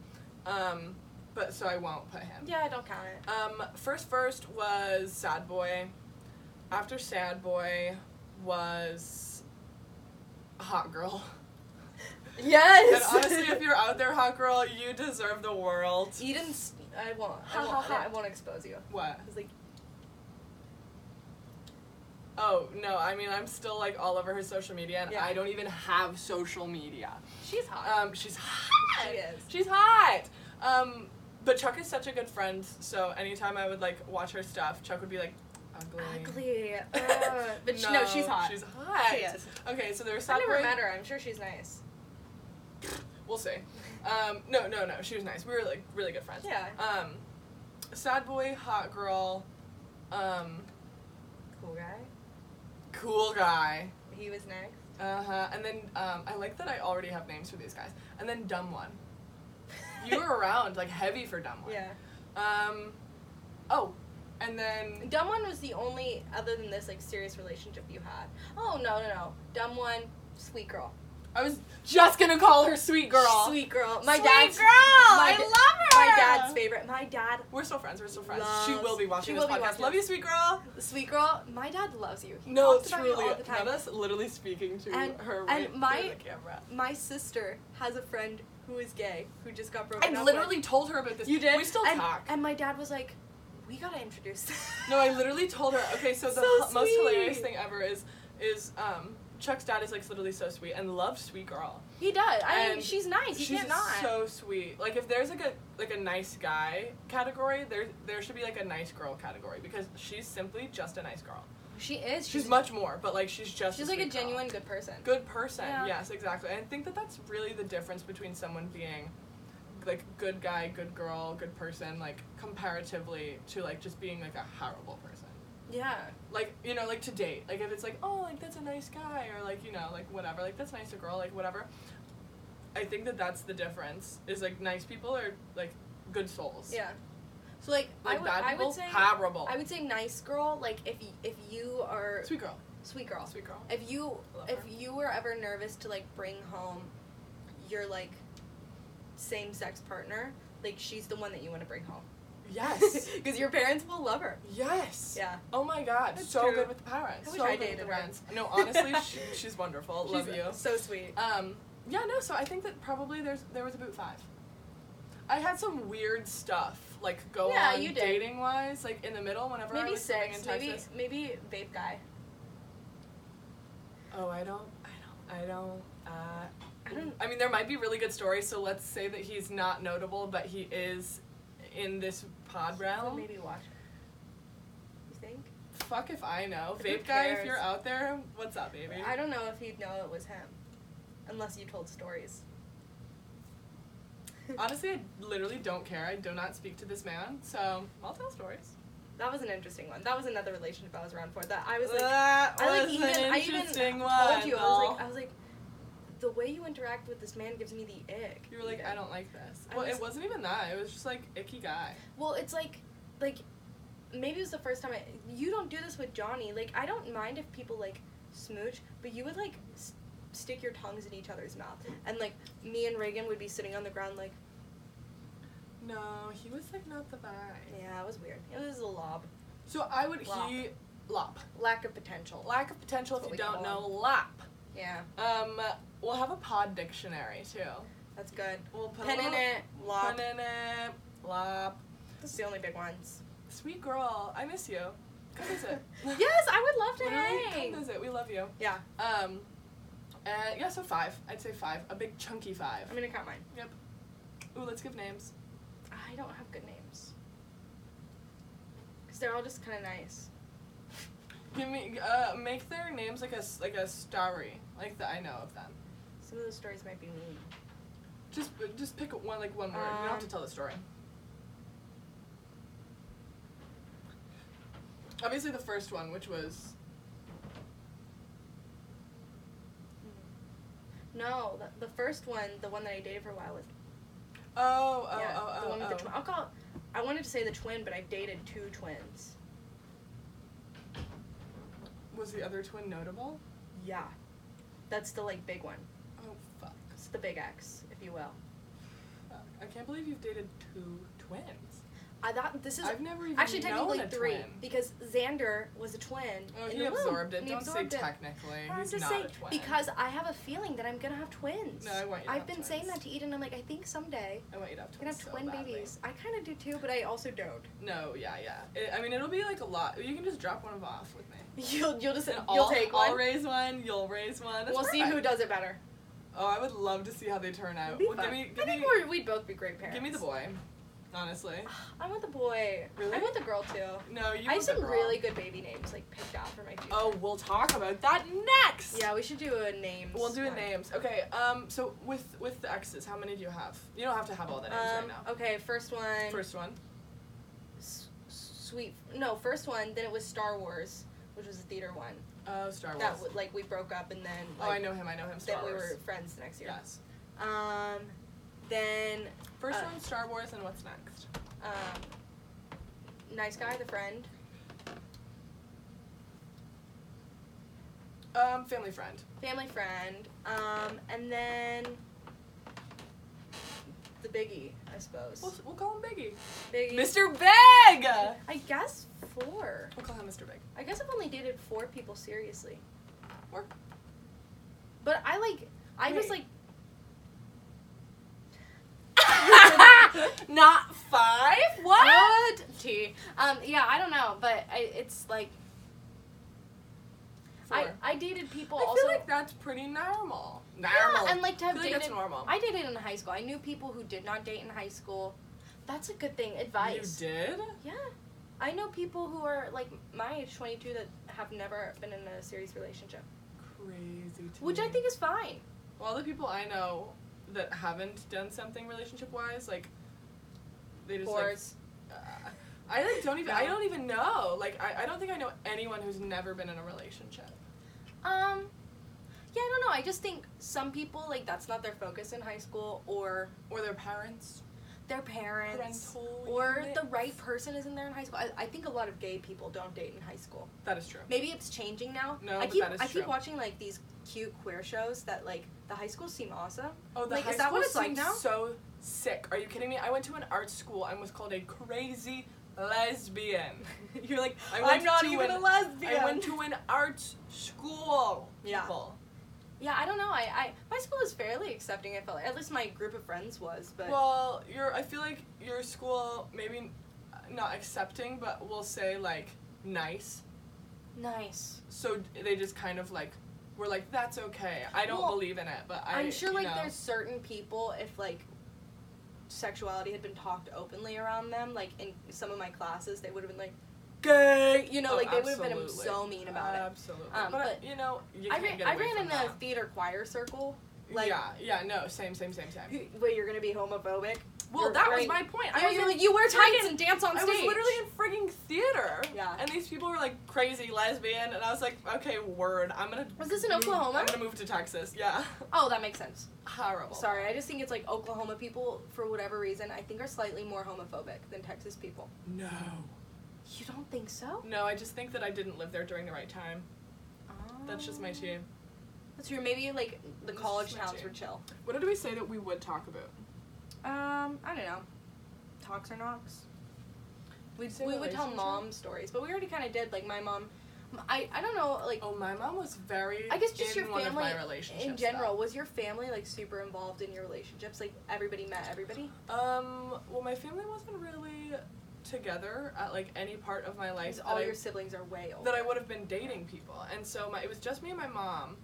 Speaker 1: Um, but so I won't put him.
Speaker 2: Yeah, I don't count it.
Speaker 1: Um, first first was Sad Boy. After Sad Boy was Hot Girl. and
Speaker 2: Yes.
Speaker 1: honestly, if you're out there, Hot Girl, you deserve the world.
Speaker 2: you didn't, s- I won't.
Speaker 1: Ha,
Speaker 2: I won't,
Speaker 1: ha, ha.
Speaker 2: I won't expose you.
Speaker 1: What?
Speaker 2: It's like
Speaker 1: Oh no, I mean I'm still like all over her social media, and
Speaker 2: Yeah.
Speaker 1: I don't even have social media.
Speaker 2: she's hot.
Speaker 1: Um, she's hot.
Speaker 2: She is.
Speaker 1: She's hot. Um, but Chuck is such a good friend, so anytime I would like watch her stuff, Chuck would be like, ugly.
Speaker 2: Ugly. Uh, but she- Um, no, she's hot.
Speaker 1: She's hot.
Speaker 2: She is.
Speaker 1: Okay, so there's
Speaker 2: I
Speaker 1: Sad
Speaker 2: never
Speaker 1: Boy.
Speaker 2: met her. I'm sure she's nice.
Speaker 1: We'll see. Um, no, no, no. She was nice. We were like really good friends.
Speaker 2: Yeah.
Speaker 1: Um, sad boy, hot girl, um,
Speaker 2: Cool guy.
Speaker 1: cool guy.
Speaker 2: He was next.
Speaker 1: Uh huh. And then um, I like that I already have names for these guys. And then dumb one. You were around like heavy for dumb one.
Speaker 2: yeah.
Speaker 1: Um, oh, and then
Speaker 2: Dumb one was the only other than this like serious relationship you had. Oh no no no. Dumb one, sweet girl.
Speaker 1: I was just gonna call her sweet girl.
Speaker 2: Sweet girl. My
Speaker 1: Sweet
Speaker 2: dad's
Speaker 1: girl.
Speaker 2: my
Speaker 1: I
Speaker 2: da-
Speaker 1: love her.
Speaker 2: my dad's favorite. My dad
Speaker 1: We're still friends. We're still friends.
Speaker 2: Loves-
Speaker 1: she will be watching
Speaker 2: she will
Speaker 1: this
Speaker 2: be
Speaker 1: podcast.
Speaker 2: watching
Speaker 1: Love you,
Speaker 2: this.
Speaker 1: sweet girl.
Speaker 2: sweet girl, my dad loves you. He
Speaker 1: No,
Speaker 2: talks about you
Speaker 1: truly.
Speaker 2: all the time.
Speaker 1: Not us literally speaking to
Speaker 2: And-
Speaker 1: her
Speaker 2: and
Speaker 1: right
Speaker 2: my-
Speaker 1: through the camera.
Speaker 2: My sister has a friend who is gay who just got broken
Speaker 1: I
Speaker 2: up
Speaker 1: literally told her about this.
Speaker 2: with. You did.
Speaker 1: We still
Speaker 2: and,
Speaker 1: talk.
Speaker 2: And my dad was like, "We gotta introduce." them."
Speaker 1: no, I literally told her. Okay, so the
Speaker 2: So
Speaker 1: h- most hilarious
Speaker 2: sweet.
Speaker 1: thing ever is is um Chuck's dad is like literally so sweet and loved sweet girl.
Speaker 2: He does. I mean,
Speaker 1: And
Speaker 2: she's nice. You
Speaker 1: She's
Speaker 2: can't not.
Speaker 1: so sweet. Like if there's like a like a nice guy category, there there should be like a nice girl category because she's simply just a nice girl.
Speaker 2: she is.
Speaker 1: She's much more, but like she's just
Speaker 2: She's like a
Speaker 1: sweet girl.
Speaker 2: genuine good person.
Speaker 1: good person.
Speaker 2: Yeah.
Speaker 1: Yes, exactly. And I think that that's really the difference between someone being like good guy, good girl, good person, like comparatively to like just being like a horrible person.
Speaker 2: Yeah.
Speaker 1: Like you know, like to date. Like if it's like oh, like that's a nice guy, or like you know, like whatever, like that's nice a girl, like whatever. I think that that's the difference. Is like nice people are like good souls.
Speaker 2: Yeah. So like,
Speaker 1: Like
Speaker 2: I would
Speaker 1: bad
Speaker 2: I
Speaker 1: people,
Speaker 2: would say
Speaker 1: horrible.
Speaker 2: I would say nice girl. Like if y- if you are sweet,
Speaker 1: sweet girl.
Speaker 2: girl,
Speaker 1: Sweet girl.
Speaker 2: if you
Speaker 1: Love
Speaker 2: if
Speaker 1: her.
Speaker 2: you were ever nervous to like bring home your like same sex partner, like she's the one that you want to bring home.
Speaker 1: Yes.
Speaker 2: Because your parents will love her.
Speaker 1: yes.
Speaker 2: Yeah.
Speaker 1: Oh my god,
Speaker 2: That's
Speaker 1: so
Speaker 2: true.
Speaker 1: good with the parents.
Speaker 2: I wish
Speaker 1: so
Speaker 2: I
Speaker 1: good
Speaker 2: dated
Speaker 1: with
Speaker 2: her.
Speaker 1: the parents. No, honestly, she, she's wonderful. Love
Speaker 2: She's
Speaker 1: you.
Speaker 2: So sweet.
Speaker 1: Um, yeah, no. So I think that probably there's there was about five. I had some weird stuff like go
Speaker 2: Yeah,
Speaker 1: on
Speaker 2: you did.
Speaker 1: dating wise, like in the middle whenever I
Speaker 2: Maybe
Speaker 1: was living
Speaker 2: six.
Speaker 1: in
Speaker 2: Maybe
Speaker 1: Texas.
Speaker 2: maybe vape guy.
Speaker 1: Oh, I don't, I don't, I don't. Uh,
Speaker 2: I don't.
Speaker 1: I mean, there might be really good stories. So let's say that he's not notable, but he is in this pod realm.
Speaker 2: Maybe watch. You think?
Speaker 1: Fuck if I know,
Speaker 2: Who
Speaker 1: vape guy.
Speaker 2: cares?
Speaker 1: If you're out there, what's up, baby?
Speaker 2: I don't know if he'd know it was him, unless you told stories.
Speaker 1: Honestly, I literally don't care. I do not speak to this man, so I'll tell stories.
Speaker 2: That was an interesting one. That was another relationship I was around for. That I was like,
Speaker 1: that
Speaker 2: I like
Speaker 1: was
Speaker 2: even
Speaker 1: an
Speaker 2: I even
Speaker 1: interesting
Speaker 2: told
Speaker 1: one,
Speaker 2: you I was
Speaker 1: Paul.
Speaker 2: like I was like, the way you interact with this man gives me the ick.
Speaker 1: You were like,
Speaker 2: even.
Speaker 1: I don't like this.
Speaker 2: I
Speaker 1: Well,
Speaker 2: was-
Speaker 1: it wasn't even that. It was just like icky guy.
Speaker 2: Well, it's like, like, maybe it was the first time I. You don't do this with Johnny. Like I don't mind if people like smooch, but you would like s- stick your tongues in each other's mouth, and like me and Reagan would be sitting on the ground like,
Speaker 1: No, he was like not the vibe.
Speaker 2: yeah, it was weird. It was a lob,
Speaker 1: So I would
Speaker 2: Lop.
Speaker 1: he lop
Speaker 2: lack of potential.
Speaker 1: lack of potential
Speaker 2: That's
Speaker 1: if you
Speaker 2: what we
Speaker 1: don't
Speaker 2: call
Speaker 1: know lop.
Speaker 2: Yeah,
Speaker 1: Um, we'll have a pod dictionary too.
Speaker 2: that's good.
Speaker 1: We'll put
Speaker 2: Pen
Speaker 1: a
Speaker 2: in
Speaker 1: little,
Speaker 2: it, lob.
Speaker 1: Pen in it. Lop.
Speaker 2: This is the only big ones.
Speaker 1: Sweet girl, I miss you. Come visit.
Speaker 2: yes, I would love to
Speaker 1: Literally, come
Speaker 2: hang.
Speaker 1: visit. We love you.
Speaker 2: Yeah,
Speaker 1: Um, uh, yeah, so five. I'd say five. A big chunky five.
Speaker 2: I'm gonna count mine.
Speaker 1: Yep. Ooh, let's give names.
Speaker 2: I don't have good names. Cause they're all just kind of nice.
Speaker 1: Give me, uh, make their names like a s- like a story, like that I know of them.
Speaker 2: Some of those stories might be mean.
Speaker 1: Just just pick one like one word. you don't have to
Speaker 2: Um,
Speaker 1: tell the story. Obviously, the first one, which was Hmm.
Speaker 2: No, the, the first one, the one that I dated for a while was
Speaker 1: oh oh
Speaker 2: yeah,
Speaker 1: oh oh
Speaker 2: the one with
Speaker 1: oh.
Speaker 2: the twin. I'll call. I wanted to say the twin, but I've dated two twins.
Speaker 1: was the other twin notable?
Speaker 2: Yeah, that's the like big one.
Speaker 1: Oh fuck.
Speaker 2: It's the big X, if you will.
Speaker 1: Fuck. I can't believe you've dated two twins.
Speaker 2: I thought this is
Speaker 1: I've never even
Speaker 2: actually
Speaker 1: known
Speaker 2: technically
Speaker 1: a
Speaker 2: three
Speaker 1: twin.
Speaker 2: because Xander was a twin.
Speaker 1: Oh,
Speaker 2: in
Speaker 1: he
Speaker 2: the womb,
Speaker 1: absorbed it.
Speaker 2: and he
Speaker 1: Don't
Speaker 2: absorbed
Speaker 1: say
Speaker 2: it.
Speaker 1: technically.
Speaker 2: I'm
Speaker 1: He's
Speaker 2: just
Speaker 1: not
Speaker 2: saying
Speaker 1: a twin.
Speaker 2: because I have a feeling that I'm gonna have twins.
Speaker 1: No, I want you to
Speaker 2: I've
Speaker 1: have
Speaker 2: been
Speaker 1: twins.
Speaker 2: saying that to Eden. I'm like, I think someday
Speaker 1: I want you to have
Speaker 2: I'm gonna
Speaker 1: twins.
Speaker 2: have
Speaker 1: so
Speaker 2: twin
Speaker 1: badly.
Speaker 2: babies. I kind of do too, but I also don't.
Speaker 1: No, yeah, yeah. It, I mean, it'll be like a lot. You can just drop one of off with me.
Speaker 2: You'll you'll just
Speaker 1: And
Speaker 2: you'll
Speaker 1: I'll,
Speaker 2: take
Speaker 1: I'll
Speaker 2: one.
Speaker 1: raise one. You'll raise one. That's
Speaker 2: we'll see who
Speaker 1: perfect.
Speaker 2: does it better.
Speaker 1: Oh, I would love to see how they turn out.
Speaker 2: It'll be
Speaker 1: Oh, Well, give
Speaker 2: fun.
Speaker 1: me, give
Speaker 2: I think
Speaker 1: me,
Speaker 2: we're, we'd both be great parents.
Speaker 1: give me the boy. Honestly,
Speaker 2: I want the boy.
Speaker 1: Really?
Speaker 2: I want the girl too.
Speaker 1: no, you.
Speaker 2: I
Speaker 1: want
Speaker 2: have
Speaker 1: the
Speaker 2: some
Speaker 1: girl.
Speaker 2: really good baby names like picked out for my future.
Speaker 1: Oh, we'll talk about that next.
Speaker 2: Yeah, we should do a names.
Speaker 1: We'll do
Speaker 2: one.
Speaker 1: names. Okay. Um. So with with the X's, how many do you have? You don't have to have all the names
Speaker 2: Um,
Speaker 1: right
Speaker 2: okay, first
Speaker 1: now.
Speaker 2: one.
Speaker 1: First one.
Speaker 2: S- sweet. No, first one. Then it was Star Wars, which was a theater one.
Speaker 1: Uh, Star Wars.
Speaker 2: That w- like we broke up and then.
Speaker 1: oh, I
Speaker 2: Like,
Speaker 1: know him. I know him. Star
Speaker 2: That we
Speaker 1: Wars.
Speaker 2: were friends the next year.
Speaker 1: Yes.
Speaker 2: Um, then
Speaker 1: First
Speaker 2: Uh,
Speaker 1: one, Star Wars, and what's next?
Speaker 2: um, nice guy, the friend.
Speaker 1: Um, Family Friend.
Speaker 2: family friend, um, and then the biggie, I suppose.
Speaker 1: We'll, we'll call him Biggie.
Speaker 2: biggie.
Speaker 1: Mr. Big.
Speaker 2: I guess four.
Speaker 1: We'll call him Mr. Big.
Speaker 2: I guess I've only dated four people seriously.
Speaker 1: Four.
Speaker 2: But I like. I was
Speaker 1: Wait.
Speaker 2: like.
Speaker 1: Not five.
Speaker 2: What? T. Um. Yeah. I don't know, but I, it's like I,
Speaker 1: Four.
Speaker 2: I dated people
Speaker 1: I feel
Speaker 2: also.
Speaker 1: like that's pretty normal. Normal.
Speaker 2: Yeah, and like to
Speaker 1: I
Speaker 2: have
Speaker 1: feel like
Speaker 2: dated.
Speaker 1: that's normal.
Speaker 2: I dated in high school. I knew people who did not date in high school. That's a good thing. Advice.
Speaker 1: You did?
Speaker 2: Yeah. I know people who are like my age, 22, that have never been in a serious relationship,
Speaker 1: Crazy. To
Speaker 2: which I
Speaker 1: me.
Speaker 2: think is fine.
Speaker 1: All the people I know that haven't done something relationship wise, like they just like,
Speaker 2: Whores.
Speaker 1: uh, I like don't even I
Speaker 2: No.
Speaker 1: don't even know. Like I, I don't think I know anyone who's never been in a relationship.
Speaker 2: Um, yeah, I don't know. I just think some people like that's not their focus in high school, or
Speaker 1: Or their parents.
Speaker 2: their parents,
Speaker 1: Parental
Speaker 2: or the
Speaker 1: units.
Speaker 2: right person isn't there in high school. I, I think a lot of gay people don't date in high school.
Speaker 1: That is true.
Speaker 2: Maybe it's changing now.
Speaker 1: No,
Speaker 2: I
Speaker 1: but
Speaker 2: keep
Speaker 1: that is
Speaker 2: I keep
Speaker 1: true.
Speaker 2: watching like these cute queer shows that like the high schools seem awesome.
Speaker 1: Oh, the
Speaker 2: Like,
Speaker 1: high
Speaker 2: is that what
Speaker 1: school
Speaker 2: it's like
Speaker 1: seems
Speaker 2: now?
Speaker 1: So sick. Are you kidding me? I went to an art school and was called a crazy lesbian. You're like, I went to an-
Speaker 2: lesbian.
Speaker 1: I went to an arts school.
Speaker 2: Yeah.
Speaker 1: people.
Speaker 2: Yeah, I don't know. I, I my school was fairly accepting. I felt like. at least my group of friends was, but
Speaker 1: Well, your I feel like your school maybe not accepting, but we'll say like nice.
Speaker 2: nice.
Speaker 1: So they just kind of like were like that's okay. I don't
Speaker 2: Well,
Speaker 1: believe in it, but I
Speaker 2: I, am sure
Speaker 1: you
Speaker 2: like
Speaker 1: know.
Speaker 2: there's certain people if like sexuality had been talked openly around them, like in some of my classes, they would have been like gay. You know,
Speaker 1: Oh,
Speaker 2: like they would have been
Speaker 1: absolutely.
Speaker 2: so mean about it.
Speaker 1: Absolutely.
Speaker 2: Um,
Speaker 1: but,
Speaker 2: but
Speaker 1: you know, you
Speaker 2: I
Speaker 1: can't
Speaker 2: ran,
Speaker 1: get
Speaker 2: I
Speaker 1: away
Speaker 2: ran
Speaker 1: from
Speaker 2: in
Speaker 1: that.
Speaker 2: a theater choir circle. like-
Speaker 1: yeah, yeah, no, same, same, same, same.
Speaker 2: Wait, you're gonna be homophobic?
Speaker 1: Well,
Speaker 2: You're
Speaker 1: that was
Speaker 2: right.
Speaker 1: my point.
Speaker 2: Yeah,
Speaker 1: I was
Speaker 2: you're
Speaker 1: in-
Speaker 2: like you wear tights
Speaker 1: friggin-
Speaker 2: and dance on
Speaker 1: I
Speaker 2: stage.
Speaker 1: was literally in frigging theater.
Speaker 2: Yeah.
Speaker 1: And these people were like crazy lesbian, and I was like, okay, word. I'm gonna.
Speaker 2: Was this in
Speaker 1: move-
Speaker 2: Oklahoma?
Speaker 1: I'm gonna move to Texas. Yeah.
Speaker 2: Oh, that makes sense.
Speaker 1: Horrible.
Speaker 2: Sorry, I just think it's like Oklahoma people, for whatever reason, I think are slightly more homophobic than Texas people.
Speaker 1: No.
Speaker 2: You don't think so?
Speaker 1: No, I just think that I didn't live there during the right time. Ah. That's just my team.
Speaker 2: That's true. Maybe like the
Speaker 1: That's
Speaker 2: college
Speaker 1: just my
Speaker 2: towns
Speaker 1: tea.
Speaker 2: were chill.
Speaker 1: What did we say that we would talk about?
Speaker 2: Um, I don't know. Talks or knocks. We
Speaker 1: Say
Speaker 2: we would tell
Speaker 1: relationship?
Speaker 2: mom stories, but we already kind of did. Like my mom, I I don't know. Like
Speaker 1: Oh, my mom was very.
Speaker 2: I guess just
Speaker 1: in
Speaker 2: your
Speaker 1: one of my
Speaker 2: family
Speaker 1: relationships,
Speaker 2: in general, was your family like super involved in your relationships? Like everybody met everybody.
Speaker 1: though. Um. Well, my family wasn't really together at like any part of my life.
Speaker 2: Because
Speaker 1: that
Speaker 2: all
Speaker 1: I-
Speaker 2: your siblings are way older.
Speaker 1: that I would have been dating people. And so my, it was just me and my mom.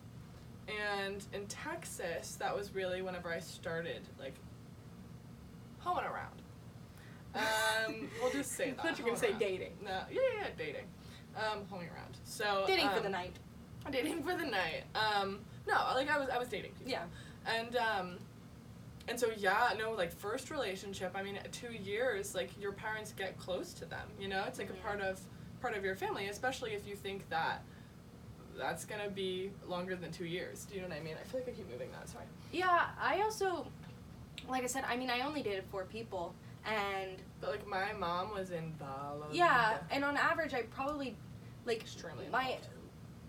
Speaker 1: And in Texas, that was really whenever I started like hoeing around. Um, we'll just say that.
Speaker 2: I thought you were gonna say
Speaker 1: hoeing around.
Speaker 2: dating.
Speaker 1: No, yeah, yeah, yeah, dating. um, homing around. So
Speaker 3: Dating for
Speaker 1: um,
Speaker 3: the night.
Speaker 1: Dating for the night. Um, no, like I was, I was dating people.
Speaker 3: Yeah.
Speaker 1: And um, and so yeah, no, like first relationship. I mean, two years. Like your parents get close to them. You know, it's like
Speaker 2: Yeah.
Speaker 1: a part of part of your family, especially if you think that that's gonna be longer than two years. Do you know what I mean? I feel like I keep moving that. Sorry.
Speaker 2: Yeah, I also, like I said, I mean, I only dated four people, and
Speaker 1: But like my mom was involved.
Speaker 2: yeah, and on average, I probably, like,
Speaker 1: Extremely
Speaker 2: my,
Speaker 1: involved.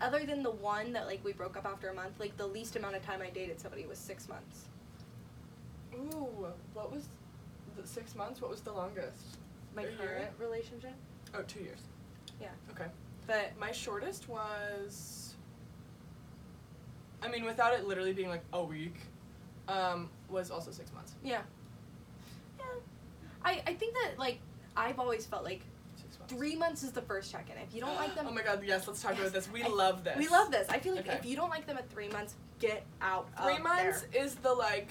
Speaker 2: other than the one that like we broke up after a month, like the least amount of time I dated somebody was six months.
Speaker 1: Ooh, what was the six months? What was the longest?
Speaker 2: My
Speaker 1: A year?
Speaker 2: current relationship,
Speaker 1: Oh, two years.
Speaker 2: Yeah.
Speaker 1: Okay.
Speaker 2: but
Speaker 1: My shortest was. I mean, without it literally being like a week, um, was also six months.
Speaker 2: yeah, yeah, I I think that like I've always felt like
Speaker 1: Six months.
Speaker 2: three months is the first check in. If you don't like them,
Speaker 1: Oh my god! Yes, let's talk
Speaker 2: Yes,
Speaker 1: about this. We
Speaker 2: I-
Speaker 1: love this.
Speaker 2: we love this. I feel like
Speaker 1: Okay.
Speaker 2: if you don't like them at three months, get out.
Speaker 1: Three
Speaker 2: of
Speaker 1: months
Speaker 2: there.
Speaker 1: is the like.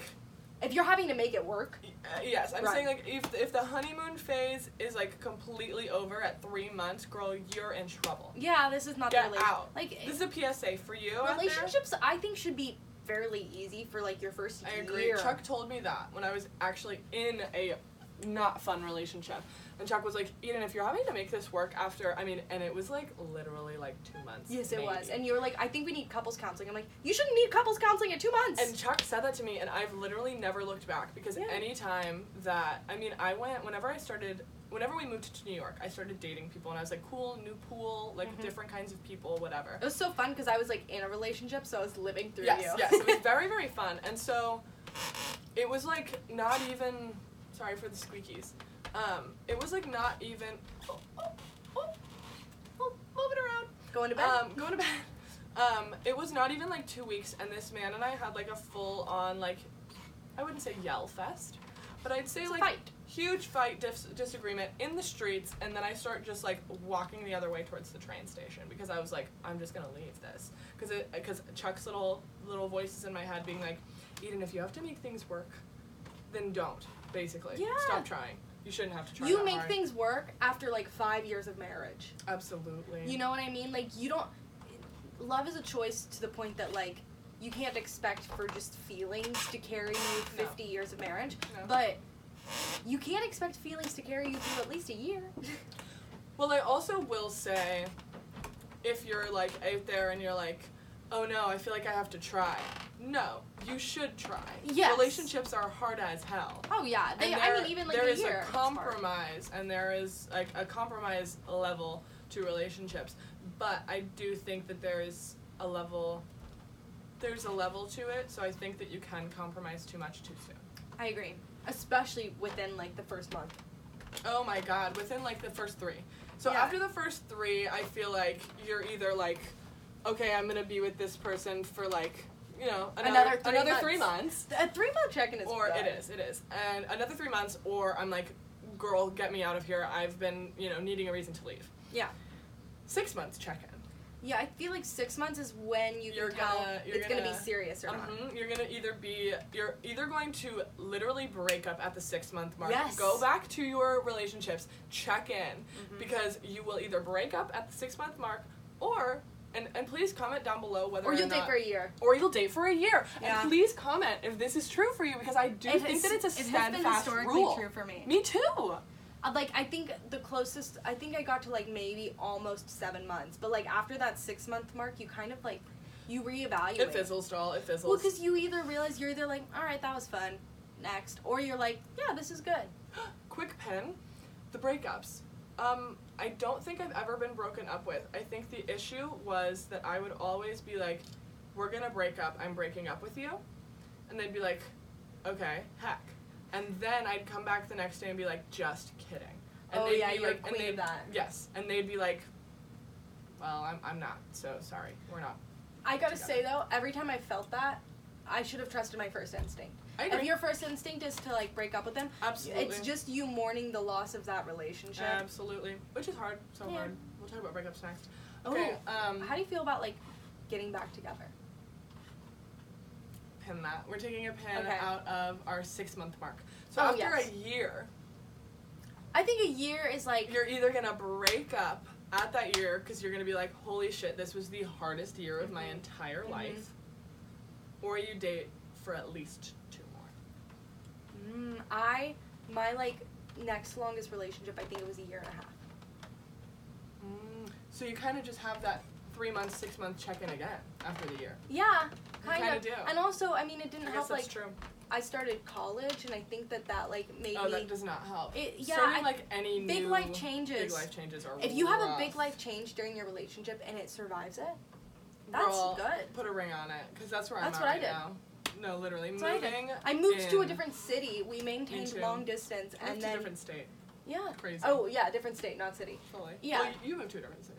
Speaker 2: If you're having to make it work,
Speaker 1: y- Uh, yes, I'm
Speaker 2: Right.
Speaker 1: saying like if if the honeymoon phase is like completely over at three months, girl, you're in trouble.
Speaker 2: yeah, this is not
Speaker 1: Get
Speaker 2: the relation-
Speaker 1: out.
Speaker 2: Like
Speaker 1: This is a PSA for you. out there.
Speaker 2: relationships, I think should be fairly easy for like your first
Speaker 1: I
Speaker 2: year.
Speaker 1: agree. Chuck told me that when I was actually in a not fun relationship. And Chuck was like, Eden, if you're having to make this work after, I mean, and it was like literally like two months.
Speaker 2: Yes, it was.
Speaker 1: maybe.
Speaker 2: And you were like, I think we need couples counseling. I'm like, you shouldn't need couples counseling at two months.
Speaker 1: And Chuck said that to me, and I've literally never looked back because
Speaker 2: Yeah.
Speaker 1: any time that, I mean, I went, whenever I started, whenever we moved to New York, I started dating people, and I was like, cool, new pool, like
Speaker 2: Mhm.
Speaker 1: different kinds of people, whatever.
Speaker 2: it was so fun because I was like in a relationship, so I was living through
Speaker 1: yes,
Speaker 2: you.
Speaker 1: yes, it was very, very fun. And so it was like not even. Sorry for the squeakies. Um, it was like not even. Oh, oh, oh, oh, move it around.
Speaker 2: Going to bed.
Speaker 1: Um, going to bed. Um, it was not even like two weeks, and this man and I had like a full on like, I wouldn't say yell fest, but I'd say
Speaker 2: It's a
Speaker 1: like
Speaker 2: fight.
Speaker 1: huge fight dis- disagreement in the streets, and then I start just like walking the other way towards the train station because I was like, I'm just gonna leave this because because Chuck's little little voices in my head being like, Eden, if you have to make things work, then don't basically
Speaker 2: Yeah.
Speaker 1: stop trying. You shouldn't have to try.
Speaker 2: you
Speaker 1: that
Speaker 2: make
Speaker 1: hard.
Speaker 2: things work after like five years of marriage.
Speaker 1: absolutely.
Speaker 2: You know what I mean? Like you don't. Love is a choice to the point that like you can't expect for just feelings to carry you
Speaker 1: No.
Speaker 2: 50 years of marriage,
Speaker 1: No.
Speaker 2: but you can't expect feelings to carry you through at least a year.
Speaker 1: Well, I also will say, if you're like out there and you're like, oh no, I feel like I have to try. No, you should try.
Speaker 2: Yes.
Speaker 1: Relationships are hard as hell.
Speaker 2: oh yeah, they,
Speaker 1: and
Speaker 2: I
Speaker 1: there-
Speaker 2: mean even like
Speaker 1: there
Speaker 2: a
Speaker 1: is
Speaker 2: year. it's hard.
Speaker 1: compromise, and there is like a compromise level to relationships. But I do think that there is a level, there's a level to it. So I think that you can compromise too much too soon.
Speaker 2: I agree, especially within like the first month.
Speaker 1: Oh my god, within like the first three. So
Speaker 2: Yeah.
Speaker 1: after the first three, I feel like you're either like, okay, I'm gonna be with this person for like, you know, another
Speaker 2: Another three
Speaker 1: three
Speaker 2: months.
Speaker 1: months.
Speaker 2: A three month check in is
Speaker 1: or
Speaker 2: good.
Speaker 1: it is, it is. And another three months, or I'm like, girl, get me out of here. I've been, you know, needing a reason to leave.
Speaker 2: Yeah.
Speaker 1: Six months check in.
Speaker 2: Yeah, I feel like six months is when you
Speaker 1: You're
Speaker 2: can tell
Speaker 1: gonna- you're
Speaker 2: it's gonna, be
Speaker 1: gonna-
Speaker 2: serious or not.
Speaker 1: Mhm. You're gonna either be, you're either going to literally break up at the six month mark,
Speaker 2: Yes.
Speaker 1: go back to your relationships, check in,
Speaker 2: Mm-hmm.
Speaker 1: because you will either break up at the six month mark or and, and please comment down below whether
Speaker 2: Or you'll
Speaker 1: not,
Speaker 2: date for a year.
Speaker 1: or you'll date for a year.
Speaker 2: Yeah.
Speaker 1: And please comment if this is true for you because I do think that it's a
Speaker 3: It has
Speaker 1: steadfast
Speaker 3: been historically
Speaker 1: rule.
Speaker 3: true for me.
Speaker 1: Me too.
Speaker 2: Uh, Like I think the closest I think I got to like maybe almost seven months, but like after that six month mark, you kind of like you reevaluate.
Speaker 1: It fizzles, doll. It
Speaker 2: Well,
Speaker 1: fizzles.
Speaker 2: because you either realize you're either like, all right, that was fun, next, or you're like, yeah, this is good.
Speaker 1: Quick pen, the breakups. Um, I don't think I've ever been broken up with. I think the issue was that I would always be like, "We're gonna break up. I'm breaking up with you," and they'd be like, "Okay, heck," and then I'd come back the next day and be like, "Just kidding." And
Speaker 2: Oh,
Speaker 1: they'd
Speaker 2: yeah,
Speaker 1: be
Speaker 2: you're
Speaker 1: like,
Speaker 2: queen of
Speaker 1: and they'd-
Speaker 2: that.
Speaker 1: Yes, and they'd be like, "Well, I'm I'm not. So sorry, we're not."
Speaker 2: I gotta say though, every time I felt that, I should have trusted my first instinct.
Speaker 1: I
Speaker 2: If
Speaker 1: agree.
Speaker 2: your first instinct is to like break up with them,
Speaker 1: Absolutely.
Speaker 2: it's just you mourning the loss of that relationship.
Speaker 1: Absolutely, which is hard. So
Speaker 2: Yeah.
Speaker 1: hard. We'll talk about breakups next.
Speaker 2: Oh,
Speaker 1: Okay. um,
Speaker 2: How do you feel about like getting back together?
Speaker 1: pin that. We're taking a pin
Speaker 2: Okay.
Speaker 1: out of our six month mark. So
Speaker 2: Oh,
Speaker 1: after
Speaker 2: yes.
Speaker 1: a year,
Speaker 2: I think a year is like
Speaker 1: you're either gonna break up at that year because you're gonna be like, holy shit, this was the hardest year of my entire
Speaker 2: Mhm.
Speaker 1: life. Or you date for at least two more.
Speaker 2: Mm, I my like next longest relationship I think it was a year and a half. Mm.
Speaker 1: So you kind of just have that three month, six month check in again after the year.
Speaker 2: Yeah,
Speaker 1: You
Speaker 2: kind
Speaker 1: kinda
Speaker 2: of.
Speaker 1: do.
Speaker 2: And also, I mean, it didn't
Speaker 1: I
Speaker 2: help.
Speaker 1: guess that's
Speaker 2: Like
Speaker 1: true.
Speaker 2: I started college, and I think that that like made
Speaker 1: Oh,
Speaker 2: me
Speaker 1: that does not help.
Speaker 2: It-
Speaker 1: So
Speaker 2: yeah,
Speaker 1: do,
Speaker 2: I-
Speaker 1: like any
Speaker 2: big
Speaker 1: new
Speaker 2: life changes.
Speaker 1: Big life changes are.
Speaker 2: If you have a
Speaker 1: rough.
Speaker 2: big life change during your relationship and it survives it, that's
Speaker 1: Girl,
Speaker 2: good.
Speaker 1: Put a ring on it, cause that's where
Speaker 2: That's
Speaker 1: I'm
Speaker 2: what I
Speaker 1: at
Speaker 2: did.
Speaker 1: right now. No, literally
Speaker 2: That's what I did.
Speaker 1: moving.
Speaker 2: I moved to a
Speaker 1: in-
Speaker 2: different city. We maintained
Speaker 1: too.
Speaker 2: long distance,
Speaker 1: I
Speaker 2: and
Speaker 1: moved to a
Speaker 2: then
Speaker 1: different state.
Speaker 2: yeah.
Speaker 1: Crazy.
Speaker 2: Oh yeah, different state, not city.
Speaker 1: Fully.
Speaker 2: yeah.
Speaker 1: Well, you moved to a different city.